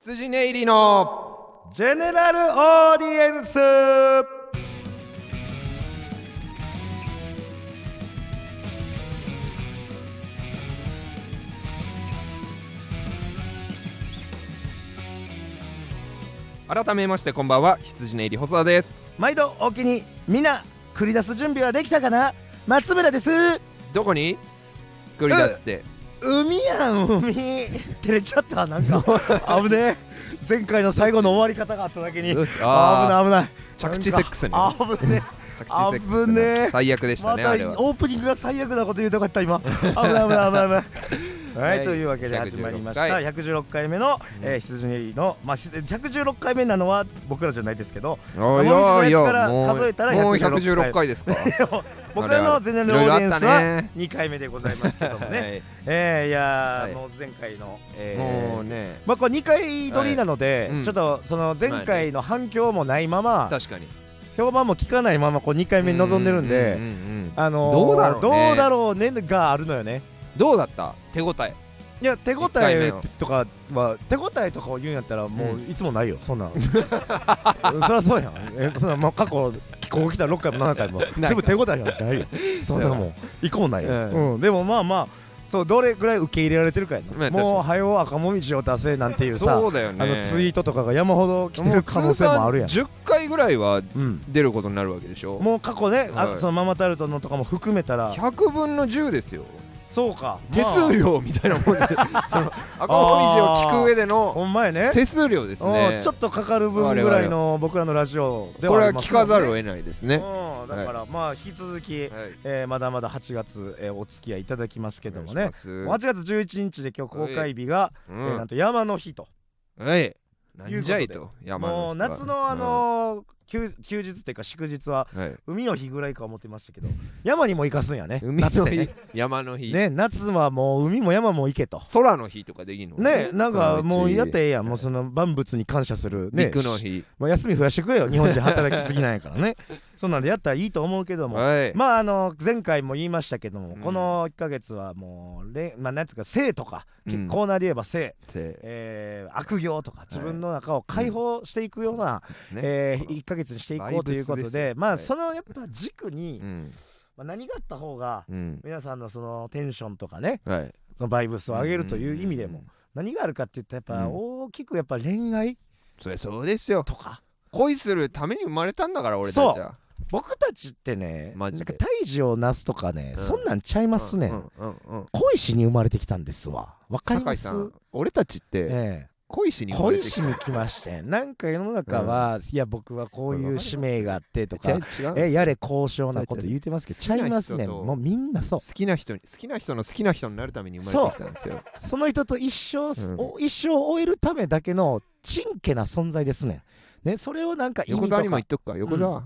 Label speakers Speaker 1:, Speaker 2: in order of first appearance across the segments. Speaker 1: 羊ネイリの
Speaker 2: ジェネラルオーディエンス
Speaker 1: 改めましてこんばんは羊ネイリ細田です
Speaker 2: 毎度お気にみんな繰り出す準備はできたかな松村です
Speaker 1: どこに繰り出すって
Speaker 2: 海やん海照れちゃったな んか危ねえ前回の最後の終わり方があっただけに
Speaker 1: う
Speaker 2: 危
Speaker 1: ん
Speaker 2: ない危ない
Speaker 1: 着地セックスね
Speaker 2: なんか危ね
Speaker 1: 着地セックス
Speaker 2: 危ねえ
Speaker 1: 最悪でした
Speaker 2: ま
Speaker 1: ね、
Speaker 2: た
Speaker 1: あ
Speaker 2: オ
Speaker 1: れは
Speaker 2: ープニングが最悪なこと言うとこやっ た今危ない危ない危ない危ない
Speaker 1: は
Speaker 2: はいいというわけで始まりました
Speaker 1: 116回
Speaker 2: 116回目の、えー、羊ネリの、まあ、し116回目なのは僕らじゃないですけど
Speaker 1: おいおいおいもう
Speaker 2: 数えたら
Speaker 1: もう116
Speaker 2: 116
Speaker 1: 回 ですか
Speaker 2: 僕らのゼネラルオーディエンス
Speaker 1: いろいろあった
Speaker 2: は
Speaker 1: ね
Speaker 2: 2回目でございますけどもね、
Speaker 1: はい
Speaker 2: えー、いやー、
Speaker 1: はい
Speaker 2: もう前回の、えー
Speaker 1: もうね
Speaker 2: まあ、これ2回撮りなので、
Speaker 1: はいうん
Speaker 2: ちょっとその前回の反響もないまま、
Speaker 1: 確かに
Speaker 2: 評判も聞かないままこう2回目に臨んでるんで、
Speaker 1: うううん
Speaker 2: あのー
Speaker 1: どうだろうね
Speaker 2: どうだろうねがあるのよね
Speaker 1: どうだった手応え
Speaker 2: いや手応
Speaker 1: 一回目
Speaker 2: え
Speaker 1: の
Speaker 2: とかは手応えとかを言うんやったらも
Speaker 1: う
Speaker 2: ういつもないよ、そんなんうんそりゃそうやんえそんなんもう過去ここ来たら6回も7回も
Speaker 1: ない
Speaker 2: 全部手応えなんてないよそんなもん一個もないよ、
Speaker 1: うん
Speaker 2: うんでもまあまあそうどれぐらい受け入れられてるかや
Speaker 1: まあ
Speaker 2: なもう「はよ赤もみじを出せ」なんていうさ
Speaker 1: そうだよね
Speaker 2: あのツイートとかが山ほど来てる可能性もある
Speaker 1: も
Speaker 2: やん
Speaker 1: う通算10回ぐらいは
Speaker 2: うん
Speaker 1: 出ることになるわけでしょ
Speaker 2: もう過去ね、
Speaker 1: は
Speaker 2: あ
Speaker 1: い
Speaker 2: そのママタルトのとかも含めたら
Speaker 1: 100分の10ですよ
Speaker 2: そうか
Speaker 1: 手数
Speaker 2: 料
Speaker 1: 料みたいなもんで その赤もみじを聞く上での
Speaker 2: ほんまやね
Speaker 1: 手数料です
Speaker 2: う
Speaker 1: ね
Speaker 2: んちょっとかかる分ぐらいの僕らのラジオでは
Speaker 1: これ
Speaker 2: あ
Speaker 1: は
Speaker 2: ります
Speaker 1: 聞
Speaker 2: も
Speaker 1: か
Speaker 2: んね
Speaker 1: ざるを得ないですね
Speaker 2: うんだからまあ引き続き、
Speaker 1: はい
Speaker 2: えーまだまだ8月、えーお付き合いいただきますけどもね
Speaker 1: お
Speaker 2: もう8
Speaker 1: 願いし
Speaker 2: 月11日で今日公開日が、
Speaker 1: ますう
Speaker 2: えーなん
Speaker 1: ん
Speaker 2: と山の日と
Speaker 1: はいなんじゃい
Speaker 2: いう
Speaker 1: と山の人は
Speaker 2: もう夏のあのー休休日っていうか祝日は
Speaker 1: うんはい
Speaker 2: 海の日ぐらいか思ってましたけど山にも行かすんやね
Speaker 1: 海の
Speaker 2: 夏の
Speaker 1: 日
Speaker 2: 日
Speaker 1: 山の日
Speaker 2: ね夏はもう海も山も行けと
Speaker 1: 空の日とかできるの
Speaker 2: ねなんかもうやってええやん
Speaker 1: はい
Speaker 2: もうその万物に感謝するね
Speaker 1: 肉の日
Speaker 2: まあ、休み増やしてくれよ日本人働きすぎなんやから ねそんなんでやったらいいと思うけども、
Speaker 1: はい
Speaker 2: まああの前回も言いましたけども、
Speaker 1: うん
Speaker 2: この1ヶ月はもうれんまあなんつうか性とか、
Speaker 1: うん
Speaker 2: 結コーナーで言えば性、
Speaker 1: って
Speaker 2: えー悪行とか自分の中を解放していくような、
Speaker 1: ね
Speaker 2: えー1ヶ月にしていこうというこ
Speaker 1: バイブスで
Speaker 2: と
Speaker 1: す
Speaker 2: で
Speaker 1: よ
Speaker 2: ま
Speaker 1: は
Speaker 2: あ
Speaker 1: い
Speaker 2: そのやっぱ軸に、
Speaker 1: うん
Speaker 2: まあ、何があった方が
Speaker 1: うん
Speaker 2: 皆さんのそのテンションとかね
Speaker 1: はい
Speaker 2: そのバイブスを上げるという意味でも、
Speaker 1: ん
Speaker 2: 何があるかって言ったらやっぱ
Speaker 1: うん
Speaker 2: 大きくやっぱ恋愛
Speaker 1: そりゃそうですよ
Speaker 2: とか
Speaker 1: 恋するために生まれたんだから俺た
Speaker 2: そう
Speaker 1: ちは
Speaker 2: 僕たちってねな
Speaker 1: マ
Speaker 2: ん
Speaker 1: ジで
Speaker 2: か胎児をなすとかね、
Speaker 1: うん
Speaker 2: そんなんちゃいますね、
Speaker 1: うんうんうんうん
Speaker 2: 恋しに生まれてきたんですわわかり
Speaker 1: 酒
Speaker 2: ま
Speaker 1: 井
Speaker 2: す
Speaker 1: さん俺たちって
Speaker 2: ええ
Speaker 1: 恋しに生まれ
Speaker 2: 恋
Speaker 1: てき
Speaker 2: したに来ましてなんか世の中は、いや僕はこういう使命があってと
Speaker 1: ちゃ
Speaker 2: か
Speaker 1: う違う
Speaker 2: えやれ高尚なこと言うてますけど
Speaker 1: ち
Speaker 2: ち
Speaker 1: ゃ
Speaker 2: ゃ
Speaker 1: う
Speaker 2: いますね
Speaker 1: 好きな人と
Speaker 2: もうみんなそう
Speaker 1: 好きな人に好きな人の好きな人になるために生まれてきたんですよ
Speaker 2: その人と一生、
Speaker 1: うん
Speaker 2: お一生を終えるためだけのちんけな存在ですねねそれをなんか意味
Speaker 1: 横
Speaker 2: と
Speaker 1: 澤にも
Speaker 2: か
Speaker 1: 言っとくか横澤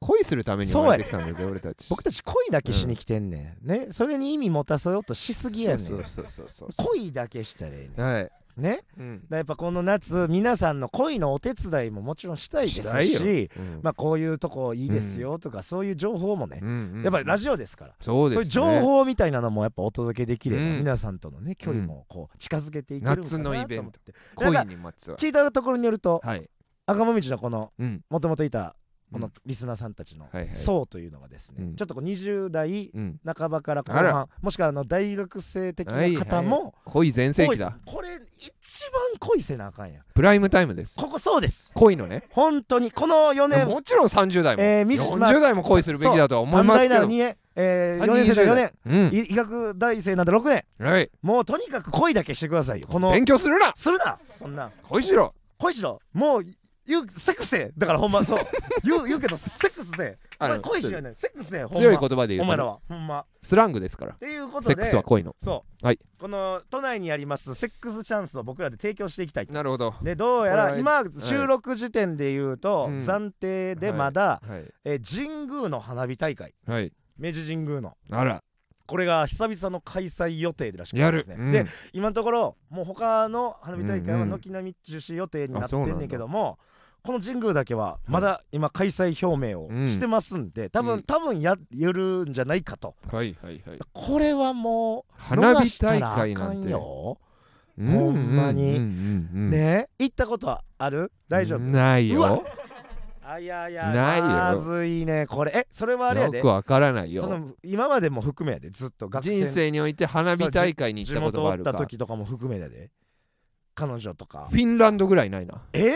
Speaker 1: 恋するために生まれてきたんですよ俺たち
Speaker 2: 僕たち恋だけしに来てんね、んねそれに意味持たせようとしすぎやねん
Speaker 1: そうそうそうそうそ
Speaker 2: 恋だけしたらええねん
Speaker 1: うはい
Speaker 2: ね、
Speaker 1: うん
Speaker 2: だやっぱこの夏皆さんの恋のお手伝いももちろんしたいで
Speaker 1: した
Speaker 2: す
Speaker 1: い
Speaker 2: し
Speaker 1: ようん
Speaker 2: まあ、こういうとこいいですよとか、そういう情報もね、やっぱりラ
Speaker 1: ジ
Speaker 2: ジオですから、
Speaker 1: そう
Speaker 2: そう
Speaker 1: で
Speaker 2: いう
Speaker 1: すね
Speaker 2: 情報みたいなのもやっぱお届けできれば、
Speaker 1: うん
Speaker 2: 皆さんとのね距離もこう近づけていけるのかなと思っ
Speaker 1: 夏のイベ
Speaker 2: て
Speaker 1: ント
Speaker 2: なんか
Speaker 1: 恋にまつわる
Speaker 2: 聞いたところによると、
Speaker 1: はい
Speaker 2: 赤もみじのこの
Speaker 1: うん
Speaker 2: もともといたこ
Speaker 1: う
Speaker 2: の
Speaker 1: ん
Speaker 2: リスナーさんたちの
Speaker 1: はいはい
Speaker 2: 層というのがですね、
Speaker 1: うん
Speaker 2: ちょっとこう20代
Speaker 1: うん
Speaker 2: 半ばから後
Speaker 1: あ
Speaker 2: 半
Speaker 1: ら
Speaker 2: もしくはあの大学生的
Speaker 1: はいはい
Speaker 2: な方も
Speaker 1: 恋全盛期
Speaker 2: 多い
Speaker 1: だ
Speaker 2: ですこれ一番恋せなあかんやん
Speaker 1: プライムタイムです
Speaker 2: ここそうです
Speaker 1: 恋のね
Speaker 2: 本当にこの4年
Speaker 1: もちろん30代も、
Speaker 2: えーみしまあ
Speaker 1: 40代も恋するべきだとは思いますけ
Speaker 2: 短大な
Speaker 1: ど
Speaker 2: ら2年、えー、
Speaker 1: 単
Speaker 2: 4
Speaker 1: 純に
Speaker 2: 年生なら4年、
Speaker 1: うん
Speaker 2: い医学大生なんだ6年
Speaker 1: はい、
Speaker 2: もうとにかく恋だけしてくださいよこの
Speaker 1: 勉強するな
Speaker 2: するなそんな
Speaker 1: 恋しろ
Speaker 2: 恋しろもう言うセックスせえだからほ んまそう言う言うけどセックスせえ
Speaker 1: あ
Speaker 2: お
Speaker 1: の
Speaker 2: 前恋しろよねセックスせえほんま
Speaker 1: 強い言葉で言
Speaker 2: お
Speaker 1: う
Speaker 2: 前
Speaker 1: と
Speaker 2: ら
Speaker 1: ね
Speaker 2: はほんまっ
Speaker 1: スラングですから
Speaker 2: ていうこと
Speaker 1: セ
Speaker 2: で
Speaker 1: ックスは恋の
Speaker 2: そう、
Speaker 1: はい
Speaker 2: この都内にありますセックスチャンスを僕らで提供していきたい
Speaker 1: なるほど、
Speaker 2: でどうや
Speaker 1: こ
Speaker 2: ら
Speaker 1: れ
Speaker 2: 今
Speaker 1: い
Speaker 2: 収録時点で言うと、
Speaker 1: うん
Speaker 2: 暫定でまだ、
Speaker 1: はい
Speaker 2: えー神宮の花火大会
Speaker 1: はい、
Speaker 2: 明治神宮の
Speaker 1: あら
Speaker 2: これが久々の開催予定らしく
Speaker 1: や
Speaker 2: て
Speaker 1: る
Speaker 2: ですね、
Speaker 1: うん
Speaker 2: で今のところもう他の花火大会
Speaker 1: うんう
Speaker 2: は
Speaker 1: ん
Speaker 2: 軒並み中止予定に
Speaker 1: あ
Speaker 2: なって
Speaker 1: そうなんだ
Speaker 2: んねんけども、この神宮だけはまだ今開催表明を
Speaker 1: うん
Speaker 2: してますんで、多
Speaker 1: うん
Speaker 2: 分多分ややるんじゃないかと
Speaker 1: はいはいはい
Speaker 2: これはもう
Speaker 1: 花
Speaker 2: 逃
Speaker 1: 火
Speaker 2: した
Speaker 1: 大
Speaker 2: らあ
Speaker 1: 会な
Speaker 2: か
Speaker 1: ん
Speaker 2: ん
Speaker 1: て
Speaker 2: よ
Speaker 1: うん
Speaker 2: ほんま
Speaker 1: うん
Speaker 2: に
Speaker 1: うんうんうん
Speaker 2: ね行ったことはある大丈夫
Speaker 1: ないう
Speaker 2: わ
Speaker 1: よ
Speaker 2: あいやいや
Speaker 1: ないよ
Speaker 2: まずいねこれえそれはあれや
Speaker 1: よ
Speaker 2: で
Speaker 1: くわからない
Speaker 2: そ
Speaker 1: よ
Speaker 2: の今までも含めやでずっと学生
Speaker 1: 人生において花火大会に行っ
Speaker 2: 地
Speaker 1: たこと
Speaker 2: 元
Speaker 1: が
Speaker 2: お
Speaker 1: あ
Speaker 2: っ
Speaker 1: る
Speaker 2: た
Speaker 1: か
Speaker 2: 時とかも含めやで彼女とか
Speaker 1: フィンランドぐらいないな
Speaker 2: え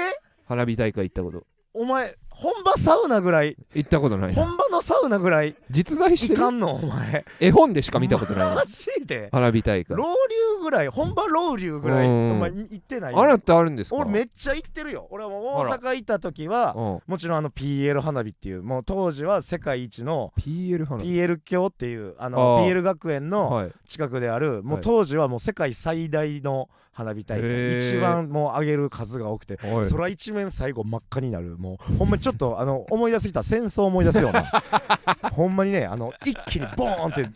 Speaker 1: 花火大会行ったこと
Speaker 2: お前本場サウナぐらい
Speaker 1: 行ったことないな
Speaker 2: 本場のサウナぐらい
Speaker 1: 実在して
Speaker 2: い
Speaker 1: る
Speaker 2: かんのお前
Speaker 1: 絵本でしか見たことない な
Speaker 2: マジで
Speaker 1: 花火大会
Speaker 2: 老流ぐらい本場老流ぐらい
Speaker 1: うん
Speaker 2: お前行ってない
Speaker 1: あなたあるんですか
Speaker 2: 俺めっちゃ行ってるよ俺はもう大阪行った時は
Speaker 1: うん
Speaker 2: もちろんあの PL 花火っていうもう当時は世界一の
Speaker 1: PL 花火
Speaker 2: PL 教っていうあ
Speaker 1: あ
Speaker 2: の
Speaker 1: あ
Speaker 2: PL 学園の
Speaker 1: はい
Speaker 2: 近くであるも
Speaker 1: は
Speaker 2: う
Speaker 1: い
Speaker 2: 当時はもう世界最大の花火大
Speaker 1: へ
Speaker 2: 会
Speaker 1: え
Speaker 2: 一番もう上げる数が多くて
Speaker 1: はい
Speaker 2: 空一面最後真っ赤になるもうほんまにちょっとあの思い出すぎた戦争思い出すよ うなほんまにねあの一気にボーンって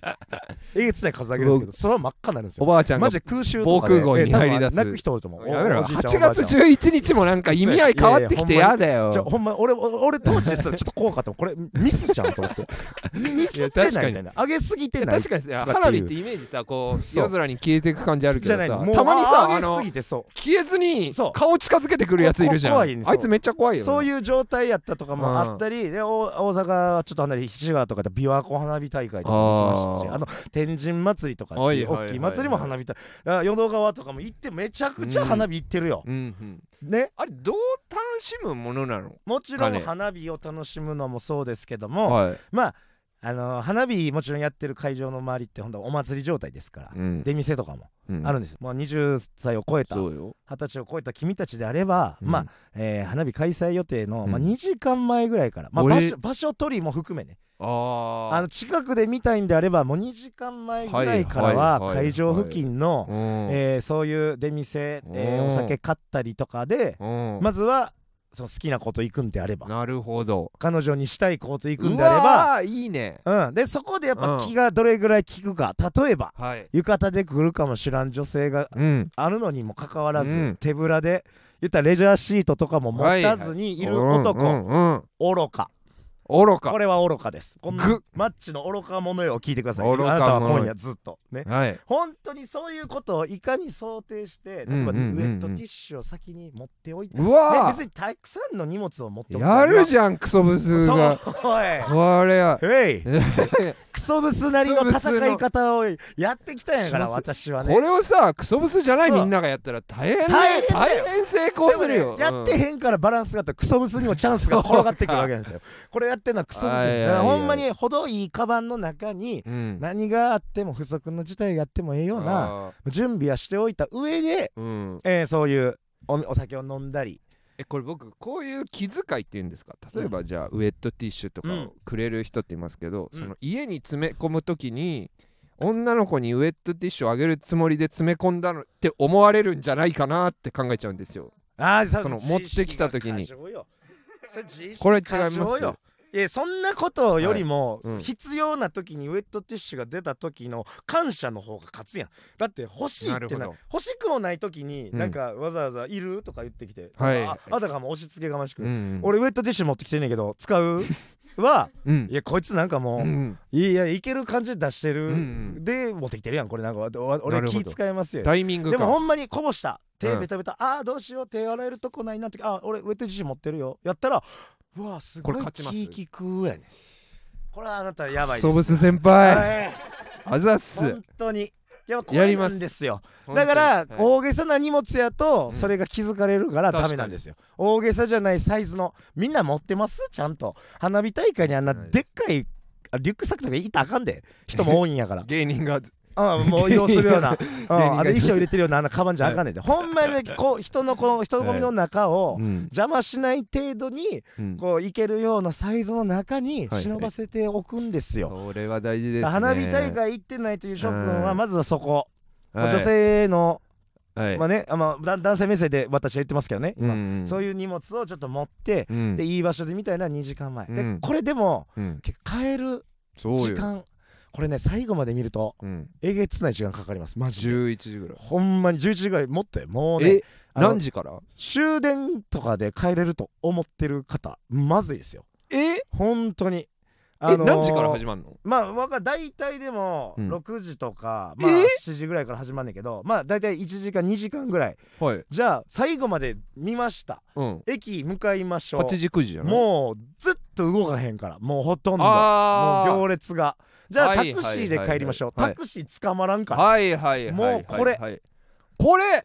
Speaker 2: えげつない数上げるんですけど空真っ赤になるんです
Speaker 1: お
Speaker 2: よ
Speaker 1: ばあちゃんが
Speaker 2: マジで空襲とか
Speaker 1: 防空
Speaker 2: で
Speaker 1: 壕に
Speaker 2: え多分
Speaker 1: 入り出す
Speaker 2: 泣く人おると思う
Speaker 1: やめろ
Speaker 2: おおじいちゃん
Speaker 1: 8
Speaker 2: おばあち
Speaker 1: 月
Speaker 2: ゃん
Speaker 1: 11日もなんか意味合い変わってきて
Speaker 2: いやいや
Speaker 1: やだ
Speaker 2: ちょ
Speaker 1: よ
Speaker 2: ほんま俺俺俺当時ですらちょっと怖かったもんこれミスちゃうと思ってミスってないみたいな上げすぎてない
Speaker 1: 確かにさ
Speaker 2: とかって
Speaker 1: 花火
Speaker 2: いう
Speaker 1: ってイメージさこう
Speaker 2: そう
Speaker 1: 夜空に消えていく感じあるけ
Speaker 2: じゃ
Speaker 1: ど
Speaker 2: ない
Speaker 1: さ
Speaker 2: のもう
Speaker 1: たまにさ
Speaker 2: 上
Speaker 1: あ
Speaker 2: げす
Speaker 1: の
Speaker 2: ぎてそう
Speaker 1: 消えずに
Speaker 2: そう
Speaker 1: 顔近づけてくるやついるじゃん
Speaker 2: こ
Speaker 1: あ
Speaker 2: 怖いねそう
Speaker 1: いつめっちゃ怖いよ
Speaker 2: そ
Speaker 1: う
Speaker 2: ういう状態やったとか
Speaker 1: うん
Speaker 2: もあったり、でお大阪はちょっと離れ七川とかで琵琶湖花火大会とかも行きましたし
Speaker 1: あー
Speaker 2: あの天神祭りとかっていう
Speaker 1: はいはいはいはい
Speaker 2: 大きい祭りも花火大会あ淀川とかも行ってめちゃくちゃ花火行ってるよ、
Speaker 1: うんうん
Speaker 2: ね
Speaker 1: あれどう楽しむものなの
Speaker 2: もちろん
Speaker 1: だね
Speaker 2: 花火を楽しむのもそうですけども、
Speaker 1: は
Speaker 2: まああの花火もちろんやってる会場の周りって本当はお祭り状態ですから、
Speaker 1: いうん
Speaker 2: 出店とかも
Speaker 1: うん
Speaker 2: あるんです、もう20歳を超えた
Speaker 1: そう
Speaker 2: 二
Speaker 1: よ
Speaker 2: 十歳を超えた君たちであれば、
Speaker 1: うん
Speaker 2: まあ、えー花火開催予定の、まあ、
Speaker 1: うん
Speaker 2: 2時間前ぐらいから、まあ、
Speaker 1: 俺
Speaker 2: 場所場所取りも含めね
Speaker 1: あ
Speaker 2: あの近くで見たいんであればもう2時間前ぐらいから
Speaker 1: はいはい
Speaker 2: は
Speaker 1: はいはい
Speaker 2: 会場付近の、
Speaker 1: うん
Speaker 2: えーそういう出店、えー
Speaker 1: うん
Speaker 2: お酒買ったりとかで
Speaker 1: うん
Speaker 2: まずはその好きなこと行くんであれば
Speaker 1: なるほど
Speaker 2: 彼女にしたいこと行くん
Speaker 1: う
Speaker 2: であれば
Speaker 1: わーいいね
Speaker 2: うん、でそこでやっぱ
Speaker 1: うん
Speaker 2: 気がどれぐらい効くか例えば
Speaker 1: はい
Speaker 2: 浴衣で来るかもしらん女性が
Speaker 1: うん
Speaker 2: あるのにもかかわらず、
Speaker 1: うん
Speaker 2: 手ぶらで言ったらレジャーシートとかも持たずにいる男、
Speaker 1: うんうんうん
Speaker 2: 愚か
Speaker 1: 愚
Speaker 2: こ
Speaker 1: か
Speaker 2: れは愚かですこんな
Speaker 1: ぐ
Speaker 2: マッチの愚か者よ聞いてください
Speaker 1: 愚か者
Speaker 2: あなたは今夜ずっとね
Speaker 1: はい
Speaker 2: 本当にそういうことをいかに想定して例えば
Speaker 1: うん
Speaker 2: ウ
Speaker 1: うんうんうん
Speaker 2: ェットティッシュを先に持っておいて、
Speaker 1: う
Speaker 2: ね
Speaker 1: わー
Speaker 2: 別にたくさんの荷物を持っておく
Speaker 1: やるじゃんクソブスが
Speaker 2: そうおい
Speaker 1: これは
Speaker 2: へい
Speaker 1: こ
Speaker 2: クソブスなりの
Speaker 1: クソブスの
Speaker 2: 戦い方をやってきたんやから
Speaker 1: クソブ
Speaker 2: 私はね
Speaker 1: れをさクソブスじゃない
Speaker 2: そう
Speaker 1: みんながやったら大変ね
Speaker 2: 大変だよ
Speaker 1: 大変成功するよ
Speaker 2: でもねやってへんからバランスがあったらクソブスにもチャンスが転がってくるわけなんですよ これやってんのはクソブス
Speaker 1: はいはいはい
Speaker 2: だからほんまに程いいカバンの中に
Speaker 1: うん
Speaker 2: 何があっても不足の事態があってもええような
Speaker 1: あー
Speaker 2: 準備はしておいた上で、
Speaker 1: うん
Speaker 2: えーそういうおお酒を飲んだり
Speaker 1: えこれ僕こういう気遣いっていうんですか例えばじゃあウェットティッシュとか
Speaker 2: う
Speaker 1: を
Speaker 2: ん
Speaker 1: くれる人っていますけど、
Speaker 2: うん
Speaker 1: その家に詰め込む時に女の子にウェットティッシュをあげるつもりで詰め込んだのって思われるんじゃないかなって考えちゃうんですよ。
Speaker 2: あーさ
Speaker 1: その
Speaker 2: 自意識
Speaker 1: 持ってきた時に
Speaker 2: 過剰よそれ自意識
Speaker 1: これ違い
Speaker 2: 過
Speaker 1: ます
Speaker 2: 剰よいやそんなことよりも、
Speaker 1: はいうん
Speaker 2: 必要な時にウェットティッシュが出た時の感謝の方が勝つやんだって欲しいっ
Speaker 1: な
Speaker 2: て
Speaker 1: る
Speaker 2: な
Speaker 1: ほど
Speaker 2: 欲しくもない時に、
Speaker 1: うん
Speaker 2: なんかわざわざ「いる?」とか言ってきて、
Speaker 1: はい
Speaker 2: ああたかも押し付けがましく、
Speaker 1: うん
Speaker 2: 俺ウェットティッシュ持ってきてんねんけど使 うは
Speaker 1: うん
Speaker 2: いやこいつなんかもう、
Speaker 1: うん
Speaker 2: いやいける感じで出してる、
Speaker 1: うんうん
Speaker 2: で持ってきてるやんこれなんかわわ
Speaker 1: な
Speaker 2: 俺
Speaker 1: るほ
Speaker 2: 気
Speaker 1: ど
Speaker 2: 使いますよ
Speaker 1: タイミング
Speaker 2: で
Speaker 1: か
Speaker 2: もほんまにこぼした手
Speaker 1: うん
Speaker 2: ベタベタ、ああどうしよう手洗えるとこないなってあ俺ウェットティッシュ持ってるよやったらうわす
Speaker 1: こ
Speaker 2: ご
Speaker 1: れ
Speaker 2: い
Speaker 1: 勝ちます
Speaker 2: 気利くやねこれはあなたやばいです
Speaker 1: ソブス先輩
Speaker 2: はい
Speaker 1: あざっす
Speaker 2: 本当にやっぱこ
Speaker 1: やり
Speaker 2: れ
Speaker 1: ま
Speaker 2: な
Speaker 1: す
Speaker 2: んですよだから
Speaker 1: 本当にはい
Speaker 2: 大げさな荷物やと
Speaker 1: うん
Speaker 2: それが気づかれるから
Speaker 1: 確か
Speaker 2: ダ
Speaker 1: に
Speaker 2: メなんですよ大げさじゃないサイズのみんな持ってますちゃんと花火大会にあんな
Speaker 1: ない
Speaker 2: でっかいあリュックサックとかいたらあかんで人も多いんやから
Speaker 1: 芸人が
Speaker 2: うん、もう移動す るような、うん、
Speaker 1: が
Speaker 2: あれ衣装入れてるようなあのカバンじゃあかんねんで、ほんまにこ う人のこの人混みの中を
Speaker 1: うん
Speaker 2: 邪魔しない程度に
Speaker 1: うん
Speaker 2: こう行けるようなサイズの中に
Speaker 1: はい
Speaker 2: 忍ばせておくんですよ。
Speaker 1: それは大事ですね
Speaker 2: 花火大会行ってないという諸君
Speaker 1: う
Speaker 2: は
Speaker 1: ん
Speaker 2: まずはそこ、
Speaker 1: はい
Speaker 2: 女性の、
Speaker 1: はい
Speaker 2: まあねあまあだ男性目線で私は言ってますけどね、今
Speaker 1: うん
Speaker 2: そういう荷物をちょっと持って、
Speaker 1: うん
Speaker 2: でいい場所でみたいな2時間前、
Speaker 1: うん
Speaker 2: でこれでも
Speaker 1: うん
Speaker 2: 結構帰る
Speaker 1: そうよ
Speaker 2: 時間これね最後まで見ると
Speaker 1: うん
Speaker 2: えげつない時間かかりますマジで。
Speaker 1: 11時ぐらい
Speaker 2: ほんまに11時ぐらい持ってもうね
Speaker 1: え
Speaker 2: あの
Speaker 1: 何時から
Speaker 2: 終電とかで帰れると思ってる方まずいですよ
Speaker 1: え
Speaker 2: 本当に
Speaker 1: え何時から始まるの
Speaker 2: まあわか大体でも
Speaker 1: うん
Speaker 2: 6時とか、まあ
Speaker 1: え
Speaker 2: 7時ぐらいから始まんねんけどまあ大体1時間2時間ぐらい
Speaker 1: はい、
Speaker 2: じゃあ最後まで見ました
Speaker 1: うん、
Speaker 2: 駅向かいましょう
Speaker 1: 8時9時じゃない
Speaker 2: もうずっと動かへんからもうほとんどもう
Speaker 1: あー
Speaker 2: 行列がじゃあタ
Speaker 1: は
Speaker 2: ク
Speaker 1: い
Speaker 2: シーで帰りましょう
Speaker 1: はいはい
Speaker 2: タクシー捕まらんから
Speaker 1: はいはいはいはい
Speaker 2: もうこれ
Speaker 1: はいこれ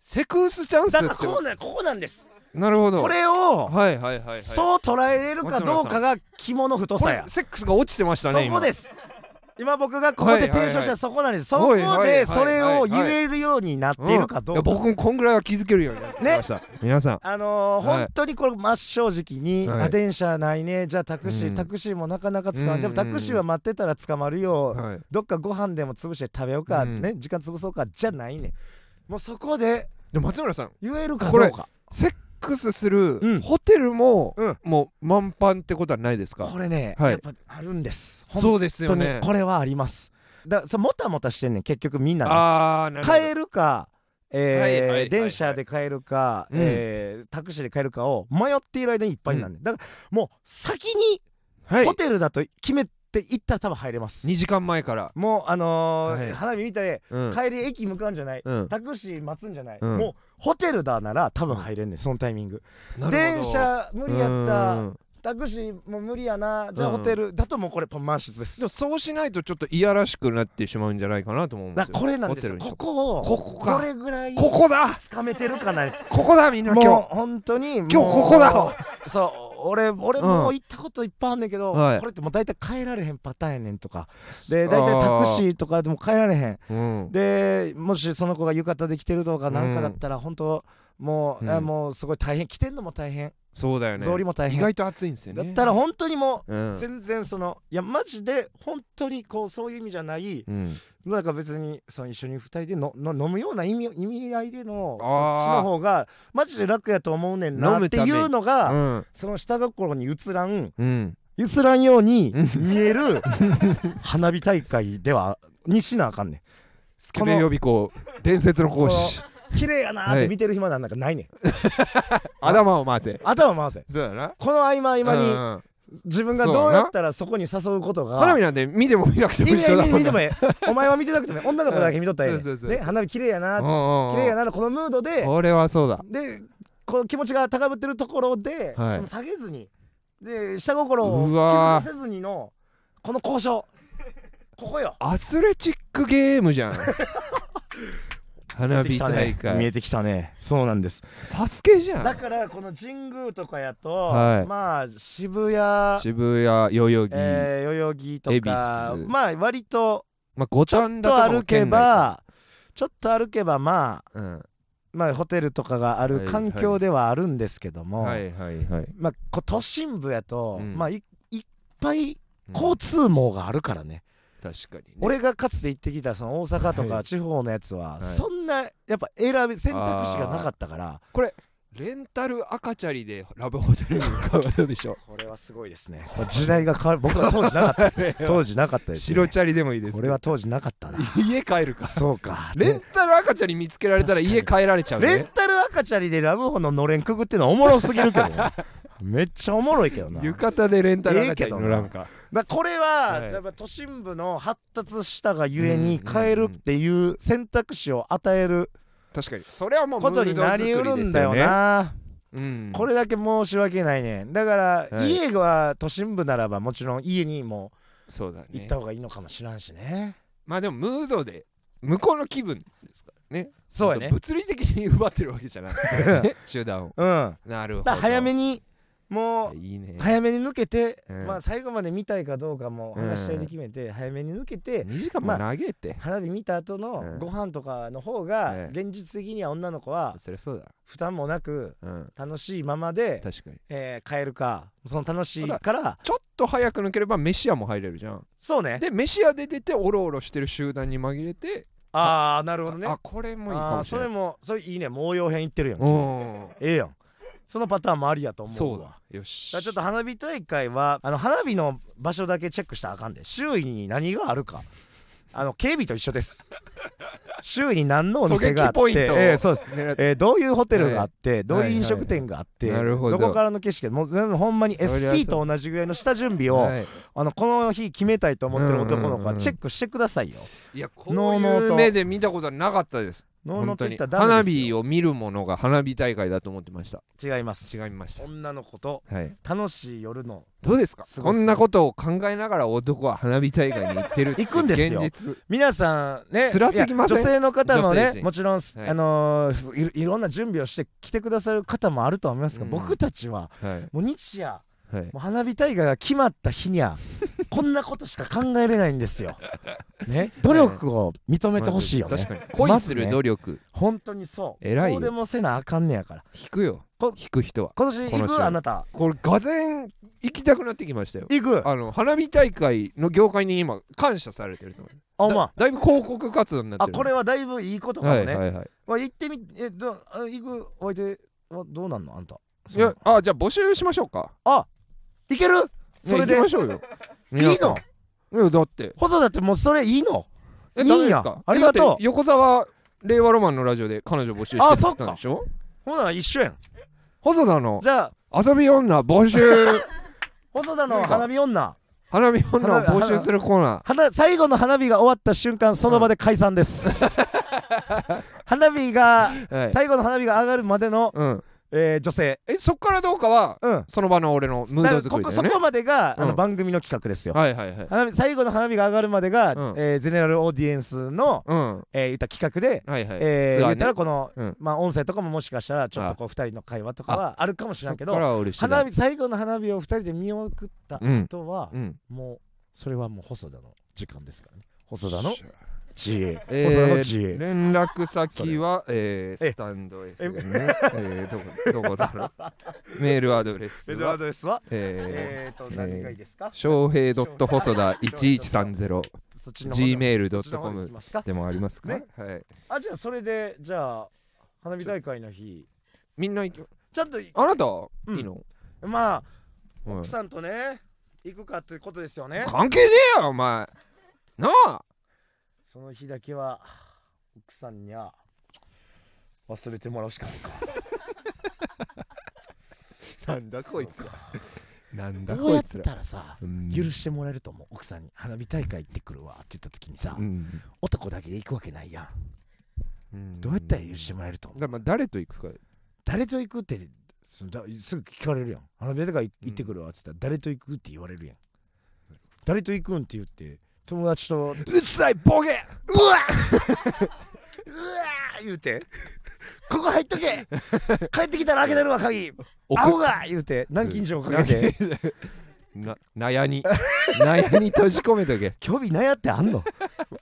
Speaker 1: セクウスチャンスっ
Speaker 2: だ
Speaker 1: て
Speaker 2: からこうなこうなんです
Speaker 1: なるほど
Speaker 2: これを
Speaker 1: はいはいはいはい
Speaker 2: そう捉えれるかどうかが肝の太
Speaker 1: こ
Speaker 2: さ
Speaker 1: れ
Speaker 2: や
Speaker 1: セックスが落ちてまし
Speaker 2: そ
Speaker 1: たね今
Speaker 2: こです今僕がここで提唱
Speaker 1: はいはい
Speaker 2: し
Speaker 1: は
Speaker 2: た
Speaker 1: い
Speaker 2: そこなんですそ
Speaker 1: は
Speaker 2: こ
Speaker 1: いはいはい
Speaker 2: でそれを
Speaker 1: はいはい
Speaker 2: 言えるようになっているかど
Speaker 1: いや
Speaker 2: うか
Speaker 1: 僕もこんぐらいは気づけるようになってきました、皆さん
Speaker 2: あのー
Speaker 1: はい
Speaker 2: 本当にこれ真っ正直に
Speaker 1: はい
Speaker 2: あ電車ないねじゃあタクシ
Speaker 1: う
Speaker 2: ー
Speaker 1: ん
Speaker 2: タクシーもなかなか使
Speaker 1: う
Speaker 2: わ
Speaker 1: んん
Speaker 2: でもタクシーは待ってたら捕まるよ
Speaker 1: はい
Speaker 2: どっかご飯でも潰して食べようか、
Speaker 1: うん
Speaker 2: ね時間潰そうかじゃないねもうそこで
Speaker 1: で松村さん
Speaker 2: 言えるかどうか
Speaker 1: セックスす
Speaker 2: うん
Speaker 1: るホテルも、
Speaker 2: うん
Speaker 1: もう満帆ってことはないです
Speaker 2: これ
Speaker 1: か
Speaker 2: ね、
Speaker 1: はい
Speaker 2: やっぱあるんです本
Speaker 1: そうですよ
Speaker 2: 当に
Speaker 1: ね
Speaker 2: これはありますだからそれもたもたしてんねん結局みんなね
Speaker 1: ああなるほど
Speaker 2: 帰るか、えー
Speaker 1: はいはいはいはい
Speaker 2: 電車で帰るか、
Speaker 1: うん
Speaker 2: えータクシーで帰るかを迷っている間にいっぱいになるねん、だからもう先に
Speaker 1: はい
Speaker 2: ホテルだと決めて行ったら多分入れます、
Speaker 1: 2時間前から、
Speaker 2: もうあのー
Speaker 1: はい
Speaker 2: 花火みたいで
Speaker 1: うん
Speaker 2: 帰り駅向かうんじゃない、
Speaker 1: うん
Speaker 2: タクシー待つんじゃない、
Speaker 1: うん
Speaker 2: もうホテルだなら多分入れんねんそのタイミング
Speaker 1: なるほど
Speaker 2: 電車無理やっ
Speaker 1: う
Speaker 2: た
Speaker 1: ん
Speaker 2: タクシーも無理やなじゃあ
Speaker 1: うん
Speaker 2: ホテルだともうこれパン満室で
Speaker 1: でも
Speaker 2: す
Speaker 1: そうしないとちょっといやらしくなってしまうんじゃないかなと思うんで
Speaker 2: だ
Speaker 1: す
Speaker 2: か
Speaker 1: よ
Speaker 2: らこれなんですよ
Speaker 1: ホテルに
Speaker 2: ここを
Speaker 1: ここか
Speaker 2: どれぐらい
Speaker 1: ここだ
Speaker 2: つかめてるかなんです
Speaker 1: ここだみんな
Speaker 2: も
Speaker 1: 今
Speaker 2: う本当に今
Speaker 1: 日ここだわ
Speaker 2: そう俺俺
Speaker 1: うん
Speaker 2: もう行ったこといっぱいあんねんけど、
Speaker 1: はい
Speaker 2: これってもう大体帰られへんパターンやねんとか
Speaker 1: 日
Speaker 2: で大体タクシーとかでも帰られへん
Speaker 1: ー、うん、
Speaker 2: でもしその子が浴衣で来てるとかなんかだったら本当も
Speaker 1: う
Speaker 2: う、
Speaker 1: ん
Speaker 2: あもうすごい大変着てんのも大変
Speaker 1: そうだよね
Speaker 2: 草履も大
Speaker 1: 意
Speaker 2: 変、
Speaker 1: 外と暑いんですよ
Speaker 2: だ
Speaker 1: ね
Speaker 2: ったら本当にも
Speaker 1: う、
Speaker 2: うん全然そのいやマジで本当にこうそういう意味じゃない
Speaker 1: うん、
Speaker 2: なんか別にその一緒に二人でのの飲むような意味意味合いでのそっ
Speaker 1: あ
Speaker 2: ち
Speaker 1: ー
Speaker 2: の方がマジで楽やと思うねんな
Speaker 1: 飲
Speaker 2: っ
Speaker 1: む
Speaker 2: て
Speaker 1: ため
Speaker 2: いうのが、
Speaker 1: うん
Speaker 2: その下心に移らん
Speaker 1: うん
Speaker 2: 移らんように見える花火大会ではにしなあかんね
Speaker 1: スケベ予備校伝説の講師
Speaker 2: ん綺麗やなーっ
Speaker 1: は
Speaker 2: て
Speaker 1: い
Speaker 2: 見てる暇なんかないねん
Speaker 1: 頭を回せ
Speaker 2: 頭回せ
Speaker 1: そうだな
Speaker 2: この合間合間
Speaker 1: う
Speaker 2: に
Speaker 1: んうん
Speaker 2: 自分がどうやったらそこに誘うこと
Speaker 1: 花
Speaker 2: が
Speaker 1: 火なんて見ても見なくて
Speaker 2: 意
Speaker 1: も
Speaker 2: 味
Speaker 1: 一緒だ
Speaker 2: ない
Speaker 1: もん
Speaker 2: 見て
Speaker 1: な
Speaker 2: もええお前は見てなくてもええ女の子だけ見とったらええねん
Speaker 1: そうそうそう
Speaker 2: ね花火綺麗やなーって綺麗や
Speaker 1: な
Speaker 2: なのこのムードで
Speaker 1: これはそうだ
Speaker 2: でこの気持ちが高ぶってるところで、
Speaker 1: はい
Speaker 2: その下げずにで下心を
Speaker 1: うわー
Speaker 2: 傷せずにのこの交渉ここよ
Speaker 1: アスレチックゲーム じゃん花火大
Speaker 2: 見
Speaker 1: 会
Speaker 2: えてきたねそうなんです
Speaker 1: サスケじゃ
Speaker 2: だ
Speaker 1: ん
Speaker 2: からこの神宮とかやと、
Speaker 1: はい
Speaker 2: まあ渋谷、
Speaker 1: 渋谷代々木
Speaker 2: えー代々木とか
Speaker 1: 恵比寿
Speaker 2: まあ割と
Speaker 1: まあ五
Speaker 2: ちょ
Speaker 1: 反
Speaker 2: っ
Speaker 1: 田
Speaker 2: と
Speaker 1: とかも
Speaker 2: 歩け
Speaker 1: 県内か
Speaker 2: ばちょっと歩けばまあ
Speaker 1: うん
Speaker 2: まあホテルとかがある環境ではあるんですけども、
Speaker 1: はいはいはい
Speaker 2: まあこ都心部やと、
Speaker 1: うん
Speaker 2: まあいいっぱい交通網があるからね、
Speaker 1: 確かにね
Speaker 2: 俺がかつて行ってきたその大阪と
Speaker 1: は
Speaker 2: か
Speaker 1: い
Speaker 2: 地方のやつは、
Speaker 1: い
Speaker 2: そんなやっぱ選び選択肢がなかったから
Speaker 1: レンタル赤チャリでラブホテルに向かうでし ょ
Speaker 2: これはすごいですね時代が変わる僕は当時なかったです 当時なかったです、ね、
Speaker 1: 白チャリでもいいです
Speaker 2: 俺は当時なかったな
Speaker 1: 家帰るか
Speaker 2: そう か
Speaker 1: レ
Speaker 2: ね
Speaker 1: ンタル赤チャリ見つけられたら
Speaker 2: 確か
Speaker 1: 家
Speaker 2: に
Speaker 1: 帰られちゃう
Speaker 2: レン
Speaker 1: ね
Speaker 2: タル赤チャリでラブホののれんくぐってのはおもろすぎるけど めっちゃおもろいけど な
Speaker 1: 浴衣でレンタル赤チャリのなんか
Speaker 2: だからこれは、
Speaker 1: はい
Speaker 2: やっぱ都心部の発達したがゆえ
Speaker 1: うんうん
Speaker 2: に
Speaker 1: うん
Speaker 2: 変えるっていう選択肢を与える
Speaker 1: 確かにそれはもう
Speaker 2: ことになりうるんだよな、
Speaker 1: うん
Speaker 2: これだけ申し訳ないねだから、
Speaker 1: はい
Speaker 2: 家が都心部ならばもちろん家にも
Speaker 1: そうだ
Speaker 2: 行っ
Speaker 1: ね
Speaker 2: た方がいいのかもしらんしね
Speaker 1: まあでもムードで向こうの気分ですからね
Speaker 2: そうやね
Speaker 1: 物理的に奪ってるわけじゃなくてね 手段を
Speaker 2: うんだか
Speaker 1: なるほど
Speaker 2: ら早めにもう
Speaker 1: いいね
Speaker 2: 早めに抜けて、
Speaker 1: うん
Speaker 2: まあ最後まで見たいかどうかも話し合いで決めて、早めに抜けて
Speaker 1: 2時間も投げて
Speaker 2: 花火見た後
Speaker 1: う
Speaker 2: の
Speaker 1: ん
Speaker 2: ご飯とかの方が
Speaker 1: ええ
Speaker 2: 現実的には女の子は
Speaker 1: そりゃそう
Speaker 2: 負担もなく
Speaker 1: だうん
Speaker 2: 楽しいままで、
Speaker 1: 確かに
Speaker 2: えー帰るかその楽しいから
Speaker 1: ちょっと早く抜ければ飯屋も入れるじゃん
Speaker 2: そうね
Speaker 1: で飯屋で出ておろおろしてる集団に紛れて
Speaker 2: ああなるほどね
Speaker 1: あこれもいいか
Speaker 2: あ
Speaker 1: も
Speaker 2: ー
Speaker 1: し
Speaker 2: そ
Speaker 1: れな
Speaker 2: れ
Speaker 1: い
Speaker 2: もそれいいねもう応用編いってるやん
Speaker 1: う
Speaker 2: え
Speaker 1: ん
Speaker 2: えやんそのパターンもありやと思うわ
Speaker 1: そうだよし
Speaker 2: だからちょっと花火大会はあの花火の場所だけチェックしたらあかんで周囲に何があるかあの警備と一緒です周囲に何のお店があって
Speaker 1: 狙撃ポイントを
Speaker 2: ええそうです
Speaker 1: 狙って
Speaker 2: えーどういうホテルがあって、どう
Speaker 1: はいいうはい
Speaker 2: 飲食店があって、
Speaker 1: なるほど
Speaker 2: こからの景色もう全部ほんまに
Speaker 1: そりゃそう
Speaker 2: SP と同じぐらいの下準備を、
Speaker 1: はい
Speaker 2: あのこの日決めたいと思ってる男の
Speaker 1: うんう
Speaker 2: 子
Speaker 1: んうん
Speaker 2: はチェックしてくださいよ。
Speaker 1: いやこう
Speaker 2: ノーノー
Speaker 1: いう
Speaker 2: と
Speaker 1: 目で見たことはなかったです
Speaker 2: ノーノ
Speaker 1: 本
Speaker 2: ーと
Speaker 1: 当
Speaker 2: 言
Speaker 1: に
Speaker 2: ったらダメ
Speaker 1: 花
Speaker 2: です
Speaker 1: 火
Speaker 2: よ。
Speaker 1: を見るものが花火大会だと思ってました
Speaker 2: 違います。
Speaker 1: 違いました
Speaker 2: 女の子と
Speaker 1: はい
Speaker 2: 楽しい夜の
Speaker 1: どうですか
Speaker 2: すご
Speaker 1: こ
Speaker 2: いっす
Speaker 1: んなことを考えながら男は花火大会に行ってるっていう
Speaker 2: 行くんですよ
Speaker 1: 現実
Speaker 2: 皆さんね
Speaker 1: 辛すぎません
Speaker 2: いや女性の方も
Speaker 1: 女性
Speaker 2: ね
Speaker 1: 陣
Speaker 2: もちろん、
Speaker 1: い
Speaker 2: あのーいいろんな準備をして来てくださる方もあるとは思いますが、
Speaker 1: うん
Speaker 2: 僕たちは
Speaker 1: はい
Speaker 2: もう日夜
Speaker 1: はい
Speaker 2: もう花火大会が決まった日には こんなことしか考えれないんですよ。ね、努力を認めてほしいよね。
Speaker 1: 確かに恋する努力
Speaker 2: 本当にそう。
Speaker 1: 偉いよ
Speaker 2: どうでもせなあかんねやから。
Speaker 1: 引くよ
Speaker 2: こ
Speaker 1: 引く人は
Speaker 2: 今年
Speaker 1: この
Speaker 2: 行
Speaker 1: 人
Speaker 2: くあなた。
Speaker 1: これがぜん行きたくなってきましたよ
Speaker 2: 行くあ、
Speaker 1: あの花火大会の業界に今感謝されてると思う
Speaker 2: お前。
Speaker 1: だいぶ広告活動になって
Speaker 2: あ、
Speaker 1: る
Speaker 2: これはだいぶいいことかもね。
Speaker 1: はいはいはい
Speaker 2: まあ、行ってみ、え、どあ行くお相手はどうなんのあんた。
Speaker 1: いやあじゃあ募集しましょうか
Speaker 2: いけるそ
Speaker 1: ね
Speaker 2: れ
Speaker 1: 行
Speaker 2: で。
Speaker 1: き
Speaker 2: い
Speaker 1: ましょうよい
Speaker 2: いの
Speaker 1: いやだって
Speaker 2: 細田ってもうそれいいの
Speaker 1: え
Speaker 2: いいん
Speaker 1: ダ
Speaker 2: や
Speaker 1: メですか
Speaker 2: ありがとう
Speaker 1: えだって横澤令和ロマンのラジオで彼女募集してた
Speaker 2: あそっか
Speaker 1: んでしょ
Speaker 2: ほな一緒やん。
Speaker 1: 細田の
Speaker 2: じゃあ、
Speaker 1: 遊び女募集
Speaker 2: 細田の花火女。
Speaker 1: 花火女を募集するコーナ
Speaker 2: 花最後の花火が終わった瞬間その場で解散です、花火が
Speaker 1: ーはい
Speaker 2: 最後の花火が上がるまでの、
Speaker 1: うん
Speaker 2: えー女性
Speaker 1: えそっからどうかは
Speaker 2: うん
Speaker 1: その場の俺のムード作りだ
Speaker 2: だからここ
Speaker 1: よね
Speaker 2: そこまでが、あ
Speaker 1: うん
Speaker 2: の番組の企画ですよ、
Speaker 1: はいはいはい
Speaker 2: 花火最後の花火が上がるまでが、
Speaker 1: うん
Speaker 2: えーゼネラルオーディエンスの、
Speaker 1: うんは
Speaker 2: えー言った企画で、
Speaker 1: いはい
Speaker 2: えー
Speaker 1: ツア
Speaker 2: 言
Speaker 1: ー
Speaker 2: った
Speaker 1: ね
Speaker 2: らこの、
Speaker 1: うん
Speaker 2: まあ、音声とかももしかしたらちょっとこう2人の会話とかはあるかもし
Speaker 1: そ
Speaker 2: れな
Speaker 1: っ
Speaker 2: いけ
Speaker 1: から
Speaker 2: ど
Speaker 1: は俺次
Speaker 2: 花
Speaker 1: 第
Speaker 2: 火最後の花火を2人で見送った
Speaker 1: うん
Speaker 2: 後は、
Speaker 1: うん
Speaker 2: もうそれはもう細田の時間ですからね細田の知恵、
Speaker 1: えー
Speaker 2: 細田の知恵
Speaker 1: 連絡先は、えー、スタンド F ね、えー、どこどこだろうメールアドレス
Speaker 2: メドラ
Speaker 1: は、
Speaker 2: ドレスは
Speaker 1: え
Speaker 2: えーと
Speaker 1: えー
Speaker 2: 何がいいですか
Speaker 1: ー、翔平.細田1130
Speaker 2: そっちの方のそっちの方に行き
Speaker 1: gmail.com
Speaker 2: ますか
Speaker 1: でもありますか、
Speaker 2: ね
Speaker 1: はい、
Speaker 2: あじゃあそれでじゃあ花火大会の日
Speaker 1: みんな行き
Speaker 2: ちゃんとい
Speaker 1: あなた、
Speaker 2: ん
Speaker 1: いいの、
Speaker 2: まあ
Speaker 1: うん
Speaker 2: 奥さんとね行くかってことですよね
Speaker 1: 関係ねえよお前なあ
Speaker 2: その日だけは奥さんには忘れてもらうしかないか
Speaker 1: なんだこいつら なんだ
Speaker 2: どう
Speaker 1: こ
Speaker 2: やっ
Speaker 1: いつら
Speaker 2: たらさ許してもらえると思う奥さんに花火大会行ってくるわって言った時にさ
Speaker 1: うん
Speaker 2: 男だけで行くわけないや
Speaker 1: うん
Speaker 2: んどうやったら許してもらえると思う
Speaker 1: だからまあ誰と行くか
Speaker 2: 誰と行くってそのだすぐ聞かれるやん花火大会い行ってくるわっつったら誰と行くって言われるやん誰と行くんって言って友達と
Speaker 1: うっさいボケ
Speaker 2: うわうわ言うてここ入っとけ帰ってきたら開けてるわ鍵アホが言うて南京錠か けて
Speaker 1: な悩に悩に閉じ込めとけ
Speaker 2: 虚偽納屋ってあんの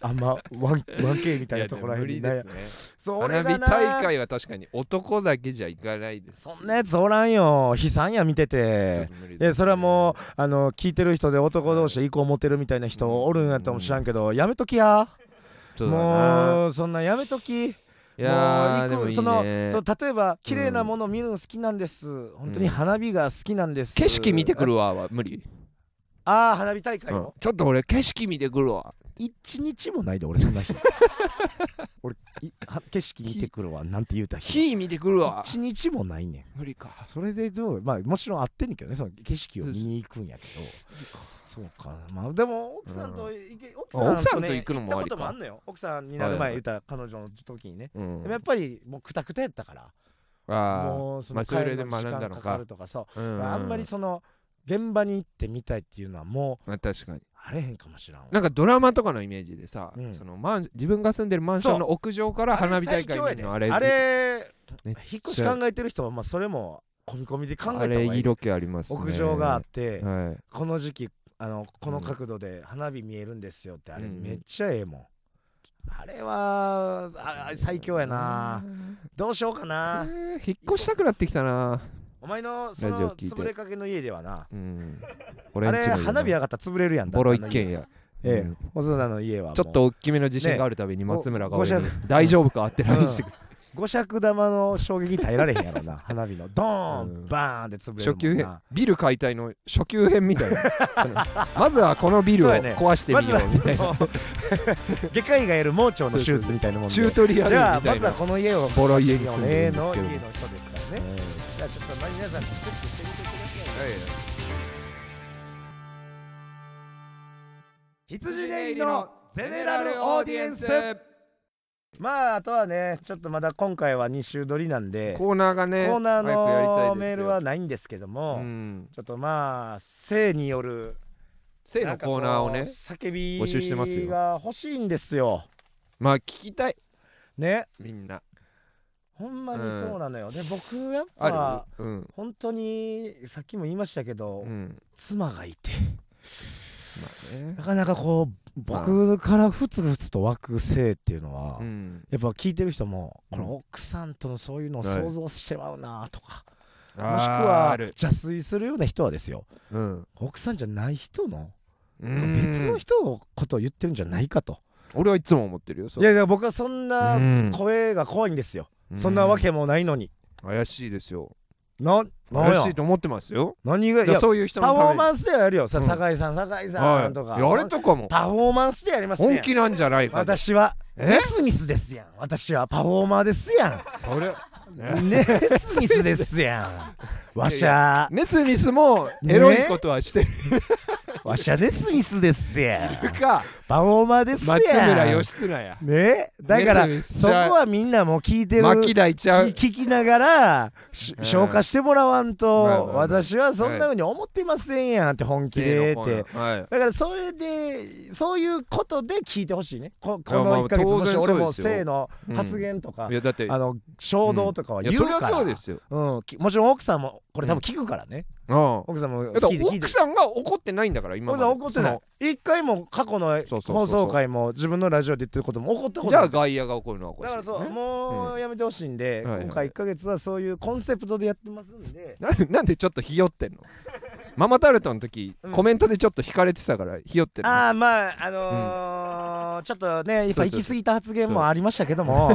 Speaker 2: あんま 1K み たいなところらへんに納屋
Speaker 1: ね
Speaker 2: そ
Speaker 1: 花
Speaker 2: れが
Speaker 1: 火
Speaker 2: な
Speaker 1: 大会は確かに男だけじゃ行かないです
Speaker 2: そんなやつおらんよ悲惨や見ててえそれはもうあの聞いてる人で男同士で意向持てるみたいな人おるんやったも知らんけどやめときや
Speaker 1: う
Speaker 2: もうそんなんやめとき
Speaker 1: いやー
Speaker 2: もう行く
Speaker 1: でもいいね
Speaker 2: そのその例えば綺麗なもの見るの好きなんです、本当に花火が好きなんです
Speaker 1: 景色見てくるわは無理、
Speaker 2: ああ花火大会
Speaker 1: うん
Speaker 2: の、
Speaker 1: ちょっと俺景色見てくるわ
Speaker 2: 一日もないで俺そ んな日俺いは景色見てくるわなんて言うた日
Speaker 1: 火見てくるわ
Speaker 2: 一日もないねん
Speaker 1: 無理か
Speaker 2: それでどうまあもちろん合ってんねんけどねその景色を見に行くんやけどそうかまあでも奥さんと行け、奥さんと,、ね、
Speaker 1: 奥さんと行くのもありか
Speaker 2: 行ったこともあんのよ奥さんにな
Speaker 1: はい
Speaker 2: る
Speaker 1: はい
Speaker 2: 前言ったら彼女の時にね、
Speaker 1: うん
Speaker 2: でもやっぱりもうクタクタやったから
Speaker 1: あ
Speaker 2: もうそ
Speaker 1: ま
Speaker 2: の
Speaker 1: あ
Speaker 2: 帰
Speaker 1: それ
Speaker 2: る
Speaker 1: で
Speaker 2: の
Speaker 1: 学
Speaker 2: 時
Speaker 1: んだのか
Speaker 2: 間かかるとかそう、
Speaker 1: ー、う
Speaker 2: まああんまりその現場に行ってみたいっていうのはもう
Speaker 1: まあ確かに
Speaker 2: あれへんかもしらんわ
Speaker 1: なんかドラマとかのイメージでさ、
Speaker 2: うん
Speaker 1: そのマン自分が住んでるマンションの屋上から花火大会見るのあれ
Speaker 2: あれ
Speaker 1: めっ
Speaker 2: 引っ越し考えてる人はまあそれも込み込みで考えた方
Speaker 1: あ
Speaker 2: が
Speaker 1: れ
Speaker 2: いい
Speaker 1: 色気ありますね
Speaker 2: 屋上があって、
Speaker 1: はい
Speaker 2: この時期あのこ
Speaker 1: う
Speaker 2: の
Speaker 1: ん
Speaker 2: 角度で花火見えるんですよってあれ
Speaker 1: うん
Speaker 2: めっちゃええもん、あれはあ最強やなどうしようかな
Speaker 1: えー引っ越したくなってきたな。
Speaker 2: お前のそ
Speaker 1: ラジオ
Speaker 2: の
Speaker 1: 聞いて
Speaker 2: 潰れかけの家ではな
Speaker 1: うん。
Speaker 2: あれ花火
Speaker 1: は
Speaker 2: 上がったら潰れるやんだ
Speaker 1: ボロ
Speaker 2: あ
Speaker 1: 一
Speaker 2: の家
Speaker 1: 軒や。
Speaker 2: え
Speaker 1: うん
Speaker 2: え細田の家はもう
Speaker 1: ちょっと大きめの地震があるたびに
Speaker 2: ね
Speaker 1: 松村が俺
Speaker 2: ご
Speaker 1: に
Speaker 2: ご
Speaker 1: 大丈夫かって LINE してくる。
Speaker 2: 五尺玉の衝撃耐えられへんやろな花火のドーン、
Speaker 1: うん
Speaker 2: バーンって潰れる
Speaker 1: 初級
Speaker 2: もん
Speaker 1: 編
Speaker 2: な
Speaker 1: ビル解体の初級編みた いなそのまずはこのビルを
Speaker 2: そうやね
Speaker 1: 壊して
Speaker 2: ま
Speaker 1: み
Speaker 2: ず
Speaker 1: よ
Speaker 2: は
Speaker 1: うみたいな、
Speaker 2: その外科医がやる盲腸の手術みたいなもんで
Speaker 1: チュートリアル
Speaker 2: で
Speaker 1: み
Speaker 2: は
Speaker 1: た
Speaker 2: ま
Speaker 1: い
Speaker 2: ずは
Speaker 1: な
Speaker 2: この家を
Speaker 1: ボロ家に
Speaker 2: の
Speaker 1: 住んで
Speaker 2: 家
Speaker 1: るんです
Speaker 2: の
Speaker 1: け
Speaker 2: 家
Speaker 1: ど
Speaker 2: の人ですからねじゃあちょっと皆さんチェックしてみてください羊出入りのゼネラルオーディエンスまああとはねちょっとまだ今回は2週撮りなんでコ
Speaker 1: コーナーがね
Speaker 2: ー
Speaker 1: 早
Speaker 2: ナー
Speaker 1: くやりたいです
Speaker 2: の
Speaker 1: よ
Speaker 2: メールはないんですけど
Speaker 1: う
Speaker 2: も、
Speaker 1: ん
Speaker 2: ちょっとまあ性による
Speaker 1: 性のコーナーを
Speaker 2: なん
Speaker 1: ね
Speaker 2: かこう叫び
Speaker 1: 募集してますよ
Speaker 2: が欲しいんですよ
Speaker 1: まあ聞きたい
Speaker 2: ね
Speaker 1: みんな
Speaker 2: ほんまにそうなのよ、で僕やっ
Speaker 1: あ
Speaker 2: ぱ
Speaker 1: るうん
Speaker 2: 本当にさっきも言いましたけど、
Speaker 1: うん
Speaker 2: 妻がいて
Speaker 1: まあね
Speaker 2: なかなかこう
Speaker 1: まあ
Speaker 2: 僕からふつふつと湧く性っていうのは、
Speaker 1: うん
Speaker 2: やっぱ聞いてる人も
Speaker 1: う
Speaker 2: こ
Speaker 1: ん
Speaker 2: の奥さんとのそういうのを
Speaker 1: はい
Speaker 2: 想像してまうなとか、もしく
Speaker 1: あ
Speaker 2: は
Speaker 1: る
Speaker 2: 邪推するような人はですよ
Speaker 1: うん
Speaker 2: 奥さんじゃない人の
Speaker 1: うん
Speaker 2: 別の人のことを言ってるんじゃないかと
Speaker 1: 俺はいつも思ってるよそ
Speaker 2: い
Speaker 1: れ
Speaker 2: やいや僕はそんな
Speaker 1: うん
Speaker 2: 声が怖いんですよ、そんなわけもないのに
Speaker 1: 怪しいですよ
Speaker 2: ななん
Speaker 1: 怪
Speaker 2: や
Speaker 1: しいと思ってますよ
Speaker 2: 何がい
Speaker 1: いや
Speaker 2: や
Speaker 1: そういう人の
Speaker 2: パ
Speaker 1: た
Speaker 2: フ
Speaker 1: め
Speaker 2: ォー
Speaker 1: に
Speaker 2: マンスではやるよさ、
Speaker 1: うん
Speaker 2: 酒井さん酒井
Speaker 1: は
Speaker 2: さんとか、
Speaker 1: い、いやあれとかも
Speaker 2: パフォーマンスでやりますやん
Speaker 1: 本気なんじゃないかと
Speaker 2: 私は
Speaker 1: え
Speaker 2: ネスミスですやん私はパフォーマーですや
Speaker 1: それね
Speaker 2: んネスミスですやんわしゃ
Speaker 1: ネスミスもエロいことはして
Speaker 2: わしゃネスミスですやん
Speaker 1: るか
Speaker 2: パフォーマーですやん
Speaker 1: 松村義綱や
Speaker 2: ねだから
Speaker 1: ネスミス
Speaker 2: そ
Speaker 1: ち
Speaker 2: こ
Speaker 1: ゃう
Speaker 2: はみんなもう聞いてる
Speaker 1: 牧大ちゃう
Speaker 2: き聞きながらし
Speaker 1: うん
Speaker 2: 消化してもらわんと、
Speaker 1: まあまあまあ
Speaker 2: 私はそんなふうに思ってませんやんって本気でって、
Speaker 1: はい
Speaker 2: だからそれでそういうことで聞いてほしいねこ
Speaker 1: い
Speaker 2: こ
Speaker 1: やまあ
Speaker 2: の1ヶ月
Speaker 1: 当然
Speaker 2: もし俺も
Speaker 1: そうですよ
Speaker 2: 性の発言とか、
Speaker 1: いやだってい
Speaker 2: あの衝動とかは
Speaker 1: や
Speaker 2: 言う
Speaker 1: それ
Speaker 2: か
Speaker 1: は
Speaker 2: ら、
Speaker 1: そうですよ
Speaker 2: うんきもちろん奥さんもこれ多分聞くからね、
Speaker 1: うん
Speaker 2: 奥さんも
Speaker 1: だか
Speaker 2: 好きで
Speaker 1: ら
Speaker 2: 聞いて
Speaker 1: 奥さんが怒ってないんだから今ま
Speaker 2: 奥さ
Speaker 1: で
Speaker 2: ん怒ってない一回も過去の
Speaker 1: そうそうそ
Speaker 2: 放
Speaker 1: うそう
Speaker 2: 送回も自分のラジオで言ってることも怒った
Speaker 1: その
Speaker 2: こと
Speaker 1: じ
Speaker 2: な
Speaker 1: ゃ
Speaker 2: い
Speaker 1: あ外野が怒るのはおかしい
Speaker 2: だか
Speaker 1: で
Speaker 2: ら
Speaker 1: すね、
Speaker 2: そう、もうやめてほしいんで、
Speaker 1: はいはい
Speaker 2: 今回1ヶ月はそういうコンセプトでやってますんで、
Speaker 1: ななんでちょっとひよってんのママタルトの時、
Speaker 2: うん
Speaker 1: コメントでちょっと引かれてたからひよってる
Speaker 2: ああまああのーちょっとねやっぱ
Speaker 1: そうそ
Speaker 2: 行
Speaker 1: うそう
Speaker 2: き過ぎた発言もありましたけども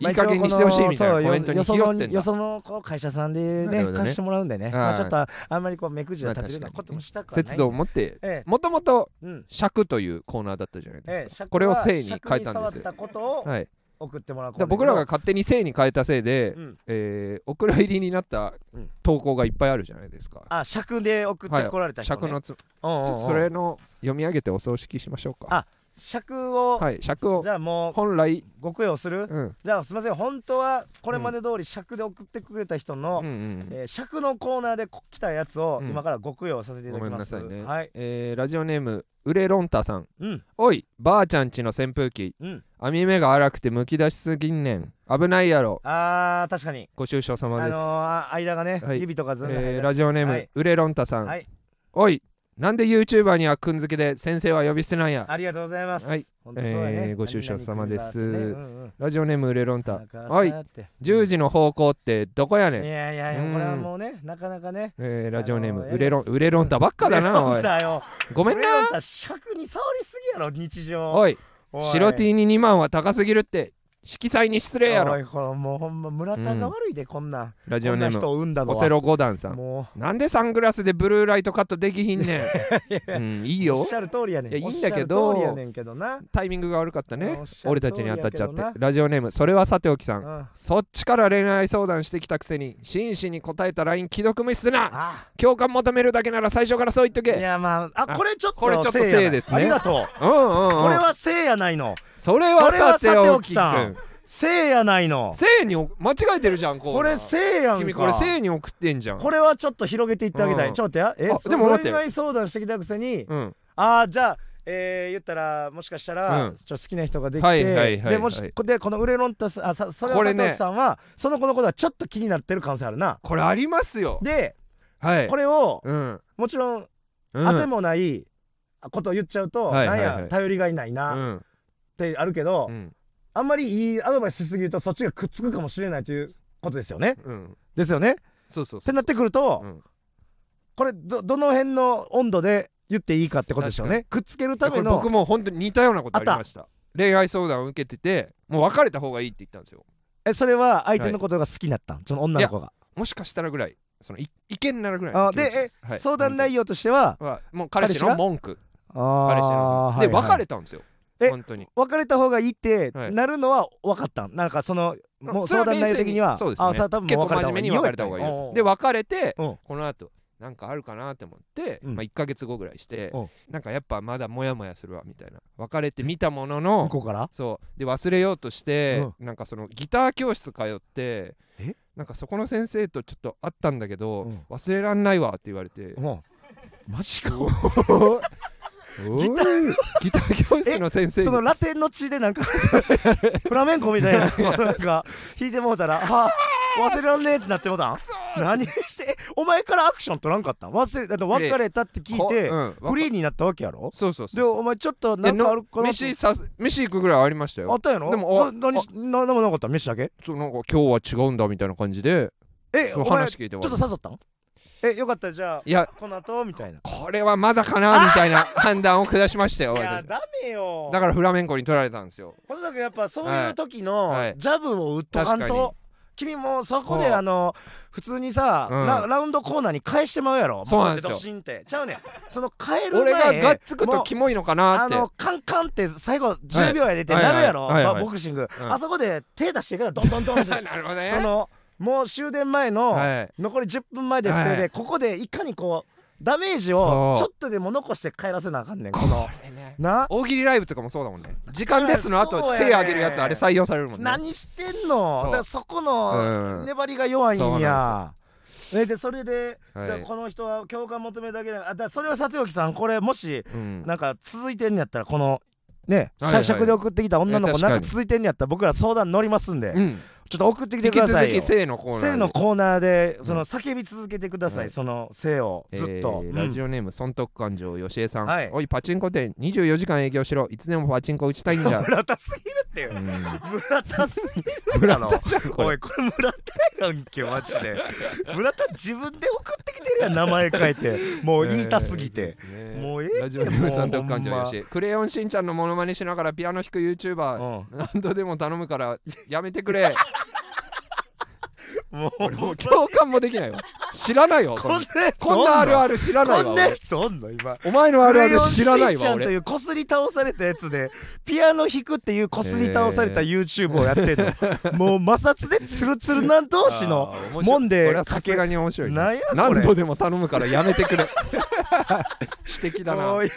Speaker 1: いい加減にしてほしいみたいなコメントに
Speaker 2: よそ
Speaker 1: ひ
Speaker 2: の
Speaker 1: よ
Speaker 2: よ
Speaker 1: ってん
Speaker 2: よ
Speaker 1: だ
Speaker 2: そのこう会社さんで
Speaker 1: な
Speaker 2: ね
Speaker 1: るほどね
Speaker 2: 貸してもらうんでね、
Speaker 1: い
Speaker 2: まあ、ちょっとあんまりこう目くじを立てるようなこともしたくはない
Speaker 1: 節度を持って
Speaker 2: ええ
Speaker 1: もともと
Speaker 2: うん
Speaker 1: 尺というコーナーだったじゃない
Speaker 2: え
Speaker 1: で
Speaker 2: え
Speaker 1: すか、
Speaker 2: 尺
Speaker 1: これを
Speaker 2: は
Speaker 1: 性に変えたんです
Speaker 2: 尺に
Speaker 1: よ
Speaker 2: 触ったことを
Speaker 1: はい、
Speaker 2: 送ってもらう
Speaker 1: だから僕らが
Speaker 2: こ
Speaker 1: 勝手に性に変えたせいで、
Speaker 2: となんだけど、うん、
Speaker 1: えーお蔵入りになった
Speaker 2: うん
Speaker 1: 投稿がいっぱいあるじゃないですか、
Speaker 2: あ尺で送ってこられた人、ね
Speaker 1: 尺のつ、
Speaker 2: うんうんうん
Speaker 1: それの読み上げてお葬式しましょうか
Speaker 2: あ尺を、
Speaker 1: はい尺を
Speaker 2: じゃあもう
Speaker 1: 本来、
Speaker 2: ご供養する
Speaker 1: うん、
Speaker 2: じゃあすみません本当はこれまで通り尺で送ってくれた人の、
Speaker 1: うんうんうん
Speaker 2: えー尺のコーナーでこ来たやつを
Speaker 1: うん
Speaker 2: 今からご供養させていただ
Speaker 1: ごめ
Speaker 2: き
Speaker 1: ん
Speaker 2: ま
Speaker 1: な
Speaker 2: す、
Speaker 1: さいね、
Speaker 2: はい
Speaker 1: えーラジオネームウレロンタさん
Speaker 2: うん
Speaker 1: おいばあちゃんちの扇風機
Speaker 2: うん
Speaker 1: 網目が荒くてむき出しすぎんねん危ないやろ
Speaker 2: あー確かに
Speaker 1: ご愁傷様
Speaker 2: あ
Speaker 1: で
Speaker 2: の
Speaker 1: す、
Speaker 2: ーあ間がね、
Speaker 1: はい
Speaker 2: 指とかずんだ間
Speaker 1: えーラジオネーム、
Speaker 2: はい
Speaker 1: ウレロンタさん、
Speaker 2: はい
Speaker 1: おいなんで YouTuber にはくんづけで先生は呼び捨てなんや
Speaker 2: ありがとうございます、
Speaker 1: はい
Speaker 2: 本当そうやね
Speaker 1: えーご愁傷様です
Speaker 2: 何々君があってねうんうん
Speaker 1: ラジオネームウレロン
Speaker 2: お
Speaker 1: タ
Speaker 2: 腹
Speaker 1: おい
Speaker 2: さーって
Speaker 1: 10時の方向ってどこやね
Speaker 2: い
Speaker 1: ん、
Speaker 2: やいやいやこれはもうねなかなかね
Speaker 1: えーラジオネーム、
Speaker 2: あのー
Speaker 1: ウレロンウレロンタばっかだなおい
Speaker 2: だよ
Speaker 1: ごめん
Speaker 2: 俺
Speaker 1: な
Speaker 2: らだったら尺に触りすぎやろ日常
Speaker 1: おい白 T に2万は高すぎるって色彩に失礼や
Speaker 2: お
Speaker 1: ろ
Speaker 2: いこれもうほんま村田が悪いで、こんなん
Speaker 1: ラジ
Speaker 2: こ
Speaker 1: オ
Speaker 2: ん
Speaker 1: ネ
Speaker 2: な
Speaker 1: ー
Speaker 2: 人
Speaker 1: ム
Speaker 2: を産んだの
Speaker 1: オ
Speaker 2: は
Speaker 1: セロゴダンさん
Speaker 2: も
Speaker 1: なんでサングラスでブルーライトカットできひんね ん。うん、いいう
Speaker 2: お
Speaker 1: よ
Speaker 2: っ。しゃる通りやねん
Speaker 1: いやいいんだけど
Speaker 2: おっしゃる通りやねんけどな
Speaker 1: タイミングが悪かった
Speaker 2: お
Speaker 1: ね
Speaker 2: っ。しゃる
Speaker 1: 俺
Speaker 2: 通り
Speaker 1: たちに当たっちゃっ
Speaker 2: やけ
Speaker 1: て。ラジオネーム、それはさておきさ
Speaker 2: ど
Speaker 1: ん。
Speaker 2: なうん
Speaker 1: そっちから恋愛相談してきたくせに、真摯に答えた LINE 既読無視すな。
Speaker 2: あ
Speaker 1: 共感求めるだけなら最初からそう言っとけ。
Speaker 2: い
Speaker 1: うん
Speaker 2: やまああ
Speaker 1: あ
Speaker 2: これちょっと
Speaker 1: これちょっと
Speaker 2: せいやない
Speaker 1: せいですね
Speaker 2: ありがとう
Speaker 1: うん
Speaker 2: こ
Speaker 1: う
Speaker 2: れ
Speaker 1: ん。
Speaker 2: はせいやないの
Speaker 1: それはさておき
Speaker 2: それは
Speaker 1: さ
Speaker 2: さてお
Speaker 1: ん
Speaker 2: き。せいやないの
Speaker 1: 性にお間違えてるじゃん、こ
Speaker 2: これせいやんか
Speaker 1: 君これ性に送ってんじゃん。
Speaker 2: これはちょっと広げていってあげたい、
Speaker 1: うん
Speaker 2: ちょっと待ってや
Speaker 1: あ
Speaker 2: え
Speaker 1: でも待って
Speaker 2: 恋愛相談してきたくせに、
Speaker 1: うん。
Speaker 2: ああじゃあえー、言ったらもしかしたら、
Speaker 1: うん
Speaker 2: ちょっと好きな人ができて、
Speaker 1: はいはいはい
Speaker 2: でもし
Speaker 1: はい
Speaker 2: でこのウレロンタスあさそれは
Speaker 1: こ
Speaker 2: 佐
Speaker 1: れね
Speaker 2: 藤さんは、その子のことはちょっと気になってる可能性あるな
Speaker 1: これありますよ。
Speaker 2: で
Speaker 1: はい
Speaker 2: こ。れを
Speaker 1: うん。
Speaker 2: もちろん
Speaker 1: うん
Speaker 2: 当てもないことを言っちゃうと、
Speaker 1: はいはいはい
Speaker 2: なんや頼りがいないな、
Speaker 1: う
Speaker 2: っ
Speaker 1: ん
Speaker 2: てあるけど、
Speaker 1: うん。
Speaker 2: あんまりいいアドバイスしすぎるとそっちがくっつくかもしれないということですよね。
Speaker 1: うん。
Speaker 2: ですよね。っ
Speaker 1: そうそうそ
Speaker 2: て
Speaker 1: う。
Speaker 2: なってくると、
Speaker 1: うん
Speaker 2: これどどの辺の温度で言っていいかってことですよね。くっつけるた
Speaker 1: い
Speaker 2: め
Speaker 1: や
Speaker 2: の
Speaker 1: これ僕も本当に似たようなことありました恋愛相談を受けててもう別れた方がいいって言ったんですよ
Speaker 2: えそれは相手のことが好きになったん、その女の子が
Speaker 1: もしかしたらぐらいそのい意見になるぐらい
Speaker 2: あ
Speaker 1: の
Speaker 2: で
Speaker 1: 気持ち
Speaker 2: え
Speaker 1: す、はい
Speaker 2: 相談内容としては
Speaker 1: 本当にはもう彼氏の文句彼
Speaker 2: 彼
Speaker 1: 氏の文句で別れたんですよ
Speaker 2: え
Speaker 1: 本当に
Speaker 2: 別れた方がいいって
Speaker 1: はい
Speaker 2: なるのは分かったんなんかそのもう
Speaker 1: それ
Speaker 2: 相
Speaker 1: は
Speaker 2: 談内容的には
Speaker 1: 冷静そうです
Speaker 2: あ
Speaker 1: ね
Speaker 2: それは多分
Speaker 1: 結
Speaker 2: もう
Speaker 1: 構
Speaker 2: 別れ
Speaker 1: 真
Speaker 2: た
Speaker 1: 面目に別れた方がいい
Speaker 2: よ
Speaker 1: よで別れて
Speaker 2: うん
Speaker 1: この後なんかあるかなって思って、
Speaker 2: うん
Speaker 1: まあ、1ヶ月後ぐらいして
Speaker 2: うん
Speaker 1: なんかやっぱまだモヤモヤするわみたいな別れてみたものの
Speaker 2: 向こうから
Speaker 1: そうで忘れようとして、なんかそのギター教室通って
Speaker 2: え
Speaker 1: なんかそこの先生とちょっと会ったんだけど、
Speaker 2: うん
Speaker 1: 忘れらんないわって言われ て、
Speaker 2: うんマジか
Speaker 1: ギターギター教室の先生
Speaker 2: そ
Speaker 1: に
Speaker 2: のラテンの血でな んかフラメンコみたいななんか弾いてもうたらあ忘れらんねえってなってもうたん
Speaker 1: クソ
Speaker 2: 何してえお前からアクション取らんかったん忘れだって別れたって聞いて
Speaker 1: こうんわか
Speaker 2: フリーになったわけやろ
Speaker 1: そうそう
Speaker 2: で
Speaker 1: そう
Speaker 2: お前ちょっとなんかあるかなって
Speaker 1: 飯さす飯行くぐらいありました
Speaker 2: あ
Speaker 1: よ
Speaker 2: ったんやろ
Speaker 1: でもあ
Speaker 2: そ何しな何もなかった飯だけ
Speaker 1: そうなんか今日は違うんだみたいな感じで
Speaker 2: え
Speaker 1: そう
Speaker 2: お前
Speaker 1: 話
Speaker 2: ち
Speaker 1: 聞いて
Speaker 2: ょ
Speaker 1: 終
Speaker 2: っ
Speaker 1: わ
Speaker 2: と
Speaker 1: る
Speaker 2: 誘ったんえよかったじゃあ
Speaker 1: いや
Speaker 2: この後みたいな。
Speaker 1: これはまだかなみたいな 判断を下しましたよ
Speaker 2: い
Speaker 1: 私
Speaker 2: やダメよ。
Speaker 1: だからフラメンコに取られたんですよ
Speaker 2: ほんとだけやっぱそういう時の
Speaker 1: はい
Speaker 2: ジャブを打っとか
Speaker 1: 確
Speaker 2: ん
Speaker 1: かに
Speaker 2: と。君もそこ
Speaker 1: そう
Speaker 2: であの普通にさ、
Speaker 1: うん
Speaker 2: ララウンドコーナーに返してまうやろ
Speaker 1: そうなんですよ
Speaker 2: ボーンってドシンってちゃうねんその変える前
Speaker 1: 俺ががっつく
Speaker 2: も
Speaker 1: と
Speaker 2: う
Speaker 1: キモいのかな
Speaker 2: あ
Speaker 1: って
Speaker 2: のカンカンって最後10秒やでってなるやろ、
Speaker 1: はいはいはいはい
Speaker 2: まあボクシング、
Speaker 1: うん
Speaker 2: あそこで手出してからドンドンドンって
Speaker 1: なるほどね
Speaker 2: そのもう終電前の、
Speaker 1: はい
Speaker 2: 残り10分前ですので、
Speaker 1: は
Speaker 2: ここでいかにこうダメージ
Speaker 1: そ
Speaker 2: を
Speaker 1: う
Speaker 2: ちょっとでも残して帰らせなあかんねんこ
Speaker 1: こ
Speaker 2: の
Speaker 1: れね
Speaker 2: な
Speaker 1: 大喜利ライブとかもそうだもんね時間ですの
Speaker 2: そう
Speaker 1: 後
Speaker 2: や
Speaker 1: 手
Speaker 2: ね
Speaker 1: 上げるやつあれ採用されるもんね
Speaker 2: 何してん
Speaker 1: そ
Speaker 2: の
Speaker 1: う
Speaker 2: だからそこの
Speaker 1: うん
Speaker 2: 粘りが弱いん
Speaker 1: そう
Speaker 2: や
Speaker 1: な、
Speaker 2: えでそれで、
Speaker 1: はい
Speaker 2: じゃあこの人は共感求めるだけであだからそれはさておきさんこれもし
Speaker 1: うん
Speaker 2: なんか続いてんのやったらこのね
Speaker 1: はいはい
Speaker 2: 社食で送ってきた女の
Speaker 1: いや
Speaker 2: 子
Speaker 1: 確か
Speaker 2: な
Speaker 1: に
Speaker 2: んか続いてんのやったら僕ら相談乗りますんで、
Speaker 1: うん
Speaker 2: ちょっと送ってきて
Speaker 1: 引
Speaker 2: く
Speaker 1: き
Speaker 2: ださ
Speaker 1: 続
Speaker 2: いよ
Speaker 1: き性のコーナー
Speaker 2: 性
Speaker 1: で
Speaker 2: のコーナーでそ
Speaker 1: うん
Speaker 2: の叫び続けてください、
Speaker 1: はい
Speaker 2: その性をずっと、
Speaker 1: え
Speaker 2: う
Speaker 1: ー
Speaker 2: ん
Speaker 1: ラジオネーム損得感情よしえさん、
Speaker 2: はい
Speaker 1: おいパチンコ店24時間営業しろいつでもパチンコ打ちたいんじゃ
Speaker 2: 村田すぎるってよ
Speaker 1: うん
Speaker 2: 村田すぎる
Speaker 1: 村
Speaker 2: だろ
Speaker 1: 田じゃんこ
Speaker 2: お
Speaker 1: れ
Speaker 2: いこれ村田やんけマジで村田自分で送ってきてるやん名前書いてもう言いたすぎて、もうええって
Speaker 1: ラジオネーム損得感情
Speaker 2: もう
Speaker 1: よしえクレヨンしんちゃんのモノマネしながらピアノ弾く YouTuber
Speaker 2: うん
Speaker 1: 何度でも頼むからやめてくれ
Speaker 2: もう
Speaker 1: 俺もう共感もできないわ知らないわこ
Speaker 2: こん
Speaker 1: ん
Speaker 2: なやつおんの
Speaker 1: なあるある知らない
Speaker 2: こ
Speaker 1: わ
Speaker 2: んなや
Speaker 1: 俺
Speaker 2: つおんの今
Speaker 1: お前のあるある知らないわ
Speaker 2: クレヨンしんちゃんと
Speaker 1: 俺
Speaker 2: いうこすり倒されたやつでピアノ弾くっていうこすり倒された
Speaker 1: え
Speaker 2: YouTube をやってんの、もう摩擦でツルツルな同士の
Speaker 1: あー面白い
Speaker 2: もんで
Speaker 1: これはさすがに面白いね
Speaker 2: なんやこれ
Speaker 1: 何度でも頼むからやめてくれ指摘だ
Speaker 2: も
Speaker 1: な
Speaker 2: う
Speaker 1: 指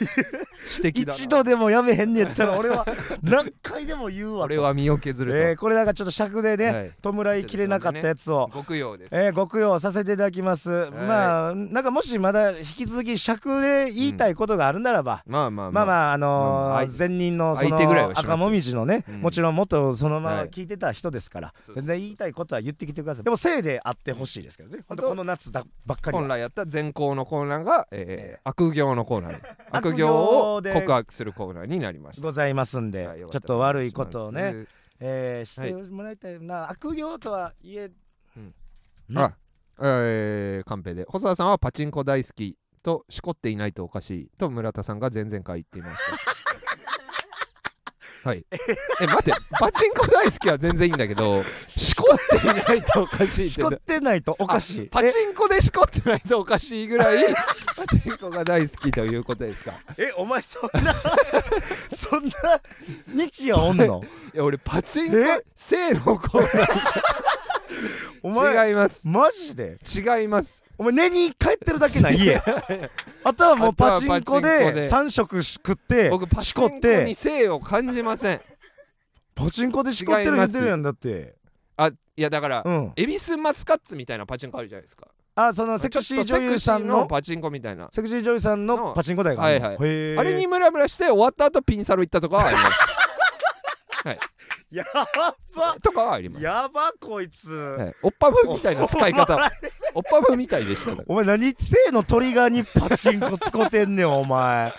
Speaker 1: 摘だな
Speaker 2: 一度でもやめへんねやったら俺は何回でも言うわ
Speaker 1: 俺は身を削ると、
Speaker 2: えーこれなんかちょっと尺で
Speaker 1: は
Speaker 2: ね
Speaker 1: い
Speaker 2: 弔いきれなかったやつを
Speaker 1: 極用です
Speaker 2: えー、ご供養させていただきます、まあなんかもしまだ引き続き尺で言いたいことがあるならば、
Speaker 1: まあまあ
Speaker 2: まあ
Speaker 1: あ
Speaker 2: まああのー
Speaker 1: まあ相
Speaker 2: 前任のそ
Speaker 1: 相手ぐらい
Speaker 2: の
Speaker 1: はしますよ
Speaker 2: 赤もみじのね、
Speaker 1: うん
Speaker 2: もちろん元そのまま
Speaker 1: はい
Speaker 2: 聞いてた人ですから、
Speaker 1: そうそう
Speaker 2: 全然言いたいことは言ってきてくださいでもせいであってほしいですけどねほんとこの夏だばっかりは
Speaker 1: 本来やった善行のコーナーが、えー悪行のコーナー に
Speaker 2: 悪
Speaker 1: 悪
Speaker 2: 行
Speaker 1: 行を
Speaker 2: で
Speaker 1: 告白するコーナーになりました
Speaker 2: ございますんで、
Speaker 1: はいよか
Speaker 2: ち
Speaker 1: た
Speaker 2: ょっ
Speaker 1: ら
Speaker 2: と悪いことを
Speaker 1: お願
Speaker 2: ね、
Speaker 1: いし
Speaker 2: えーしてもらいたいな、悪行とはいえうん
Speaker 1: ますあえー、カンペで細田さんはパチンコ大好きとしこっていないとおかしいと村田さんが前々回言っていました はいえ待ってパチンコ大好きは全然いいんだけ どしこっていないとおかしいって
Speaker 2: しこってないとおかしい
Speaker 1: パチンコでしこってないとおかしいぐら いパチンコが大好きということですか
Speaker 2: ええお前そんな そんな日 夜おんの
Speaker 1: いや俺パチンコ
Speaker 2: え
Speaker 1: 性のコーナ
Speaker 2: お前
Speaker 1: ー違います
Speaker 2: マジで
Speaker 1: 違います
Speaker 2: お前年に帰ってるだけな家あとはもうパチンコ
Speaker 1: あとはパチンコ
Speaker 2: で
Speaker 1: で
Speaker 2: 3食し食って
Speaker 1: 僕パ
Speaker 2: し
Speaker 1: チ
Speaker 2: こ
Speaker 1: ン
Speaker 2: っ
Speaker 1: コに
Speaker 2: て
Speaker 1: 性を感じません
Speaker 2: パチンコでしこってる
Speaker 1: 違い
Speaker 2: 言
Speaker 1: ま
Speaker 2: っ
Speaker 1: す
Speaker 2: てるやんだって
Speaker 1: あいやだから、
Speaker 2: うん
Speaker 1: エビスマスカッツみたいなパチンコあるじゃないですか
Speaker 2: あそのセクシー女優さん
Speaker 1: ちょっとセクシー
Speaker 2: の
Speaker 1: パチンコみたいな
Speaker 2: セクシー女優さんの
Speaker 1: の
Speaker 2: パチンコ台があるの
Speaker 1: はい
Speaker 2: へー
Speaker 1: あれにムラムラして終わった後ピンサロ行ったとかはあります
Speaker 2: やば
Speaker 1: とかはあります
Speaker 2: やばこいつ
Speaker 1: はい、おっぱぶみたいな使い
Speaker 2: お前
Speaker 1: 方おっぱぶみたいでしたね
Speaker 2: お前何性のトリガーにパチンコつこてんねんお前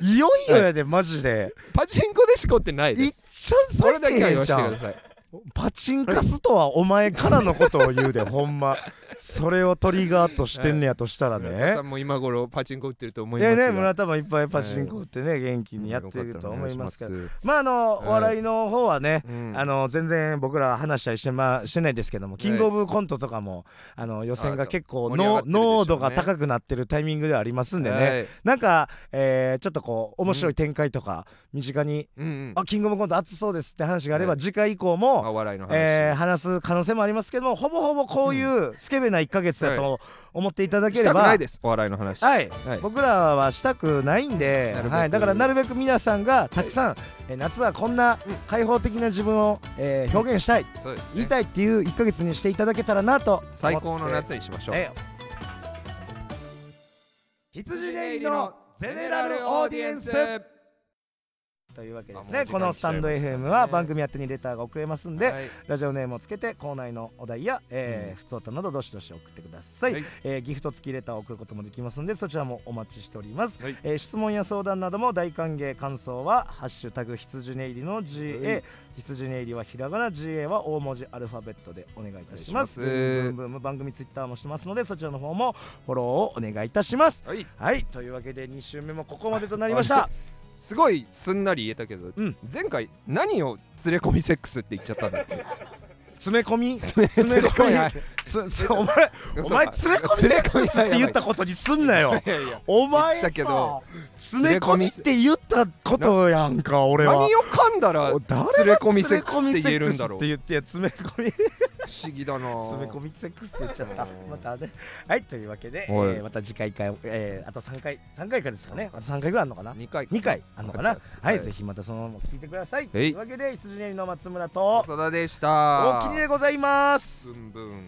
Speaker 2: いよいよやでマジで
Speaker 1: パチンコでしこってない
Speaker 2: い
Speaker 1: で
Speaker 2: っ
Speaker 1: す
Speaker 2: ちゃん
Speaker 1: そ
Speaker 2: 最
Speaker 1: れだけ
Speaker 2: 低
Speaker 1: は言
Speaker 2: へん
Speaker 1: わ
Speaker 2: じ
Speaker 1: せ
Speaker 2: ゃ
Speaker 1: てく
Speaker 2: ん
Speaker 1: ださい
Speaker 2: パチンカスとはお前からのことを言うでほんまそれをトリガーとしてんねやとしたら
Speaker 1: 村田
Speaker 2: ね
Speaker 1: さんも今頃パチンコ打ってると思い
Speaker 2: い
Speaker 1: ます
Speaker 2: や
Speaker 1: が
Speaker 2: ね村田もいっぱいパチンコ打ってね元気にやってると思いますけど
Speaker 1: よかった
Speaker 2: まああの
Speaker 1: はい
Speaker 2: お笑いの方は
Speaker 1: らお
Speaker 2: ね
Speaker 1: 願いしますうん
Speaker 2: あの全然僕ら話したりして,、ま、してないですけどもキングオブコントとかもあの予選が結構
Speaker 1: あそう盛り上がって
Speaker 2: の
Speaker 1: るでしょうね
Speaker 2: 濃度が高くなってるタイミングではありますんでね、
Speaker 1: はい
Speaker 2: なんか、えーちょっとこう面白い展開とか身近に
Speaker 1: うんうん
Speaker 2: 「あキングオブコント熱そうです」って話があれば、
Speaker 1: はい
Speaker 2: 次回以降
Speaker 1: まあ
Speaker 2: も、
Speaker 1: お笑いの話、
Speaker 2: えー話す可能性もありますけどもほぼほぼこういうスケベな1ヶ月だと思っていただけ
Speaker 1: し
Speaker 2: れ
Speaker 1: たく
Speaker 2: ば、
Speaker 1: ないですお笑いの話
Speaker 2: はい、
Speaker 1: はい
Speaker 2: 僕らはしたくないんで
Speaker 1: なるべ、く
Speaker 2: はい、だからなるべく皆さんがたくさん、えー夏はこんな開放的な自分を、えー表現したい
Speaker 1: そうですね
Speaker 2: 言いたいっていう1ヶ月にしていただけたらなと思って
Speaker 1: 最高の夏にしましょう、
Speaker 2: え羊ネイリのゼネラルオーディエンスというわけです
Speaker 1: あも
Speaker 2: ね
Speaker 1: う時間
Speaker 2: このスタンド
Speaker 1: 来ちゃいました
Speaker 2: FM
Speaker 1: ね
Speaker 2: は番組宛てにレターが送れますんで、
Speaker 1: はい
Speaker 2: ラジオネームをつけて校内のお題や、えー
Speaker 1: うん
Speaker 2: ふつおたなどどしどし送ってください、
Speaker 1: はい
Speaker 2: えーギフト付きレターを送ることもできますのでそちらもお待ちしております、
Speaker 1: はい
Speaker 2: えー質問や相談なども大歓迎感想は「ハッシュタグ羊ねいりの GA」
Speaker 1: はい
Speaker 2: 羊ねいりはひらがな GA は大文字アルファベットでお願いいたします
Speaker 1: お願いします
Speaker 2: ブンブンブンブン番組ツイッターもしてますのでそちらの方もフォローをお願いいたします
Speaker 1: はい
Speaker 2: はいというわけで2週目もここまでとなりました
Speaker 1: すごいすんなり言えたけど、
Speaker 2: うん
Speaker 1: 前回何を連れ込みセックスって言っちゃったんだっけ
Speaker 2: 詰め込み
Speaker 1: 詰
Speaker 2: 詰め込み
Speaker 1: はい
Speaker 2: つつお前お前詰め込みセックスって言ったことにすんなよ
Speaker 1: いやいや
Speaker 2: お前
Speaker 1: 言
Speaker 2: さ
Speaker 1: ってたけど
Speaker 2: 詰め込みって言ったことやんか俺は
Speaker 1: 何を噛んだら
Speaker 2: お
Speaker 1: 不
Speaker 2: 誰が
Speaker 1: 連れ込みセックスって言えるんだろう
Speaker 2: 連れ込みセックスって言っていや詰め込み
Speaker 1: 思議だな
Speaker 2: 詰め込みセックスって言っちゃった
Speaker 1: あー
Speaker 2: またね はいというわけで、え
Speaker 1: はい
Speaker 2: ーまた次回回、えーあと3回3回かですかねあと3回ぐらいあるのかな
Speaker 1: 2回
Speaker 2: 2回あるのかな
Speaker 1: 二回です
Speaker 2: はい、
Speaker 1: はい
Speaker 2: ぜひまたそのまま聞いてくださいと
Speaker 1: えい
Speaker 2: いうわけで羊ねりの松村
Speaker 1: 長
Speaker 2: と
Speaker 1: 田でし
Speaker 2: 大
Speaker 1: た
Speaker 2: きにでございます
Speaker 1: ブンブン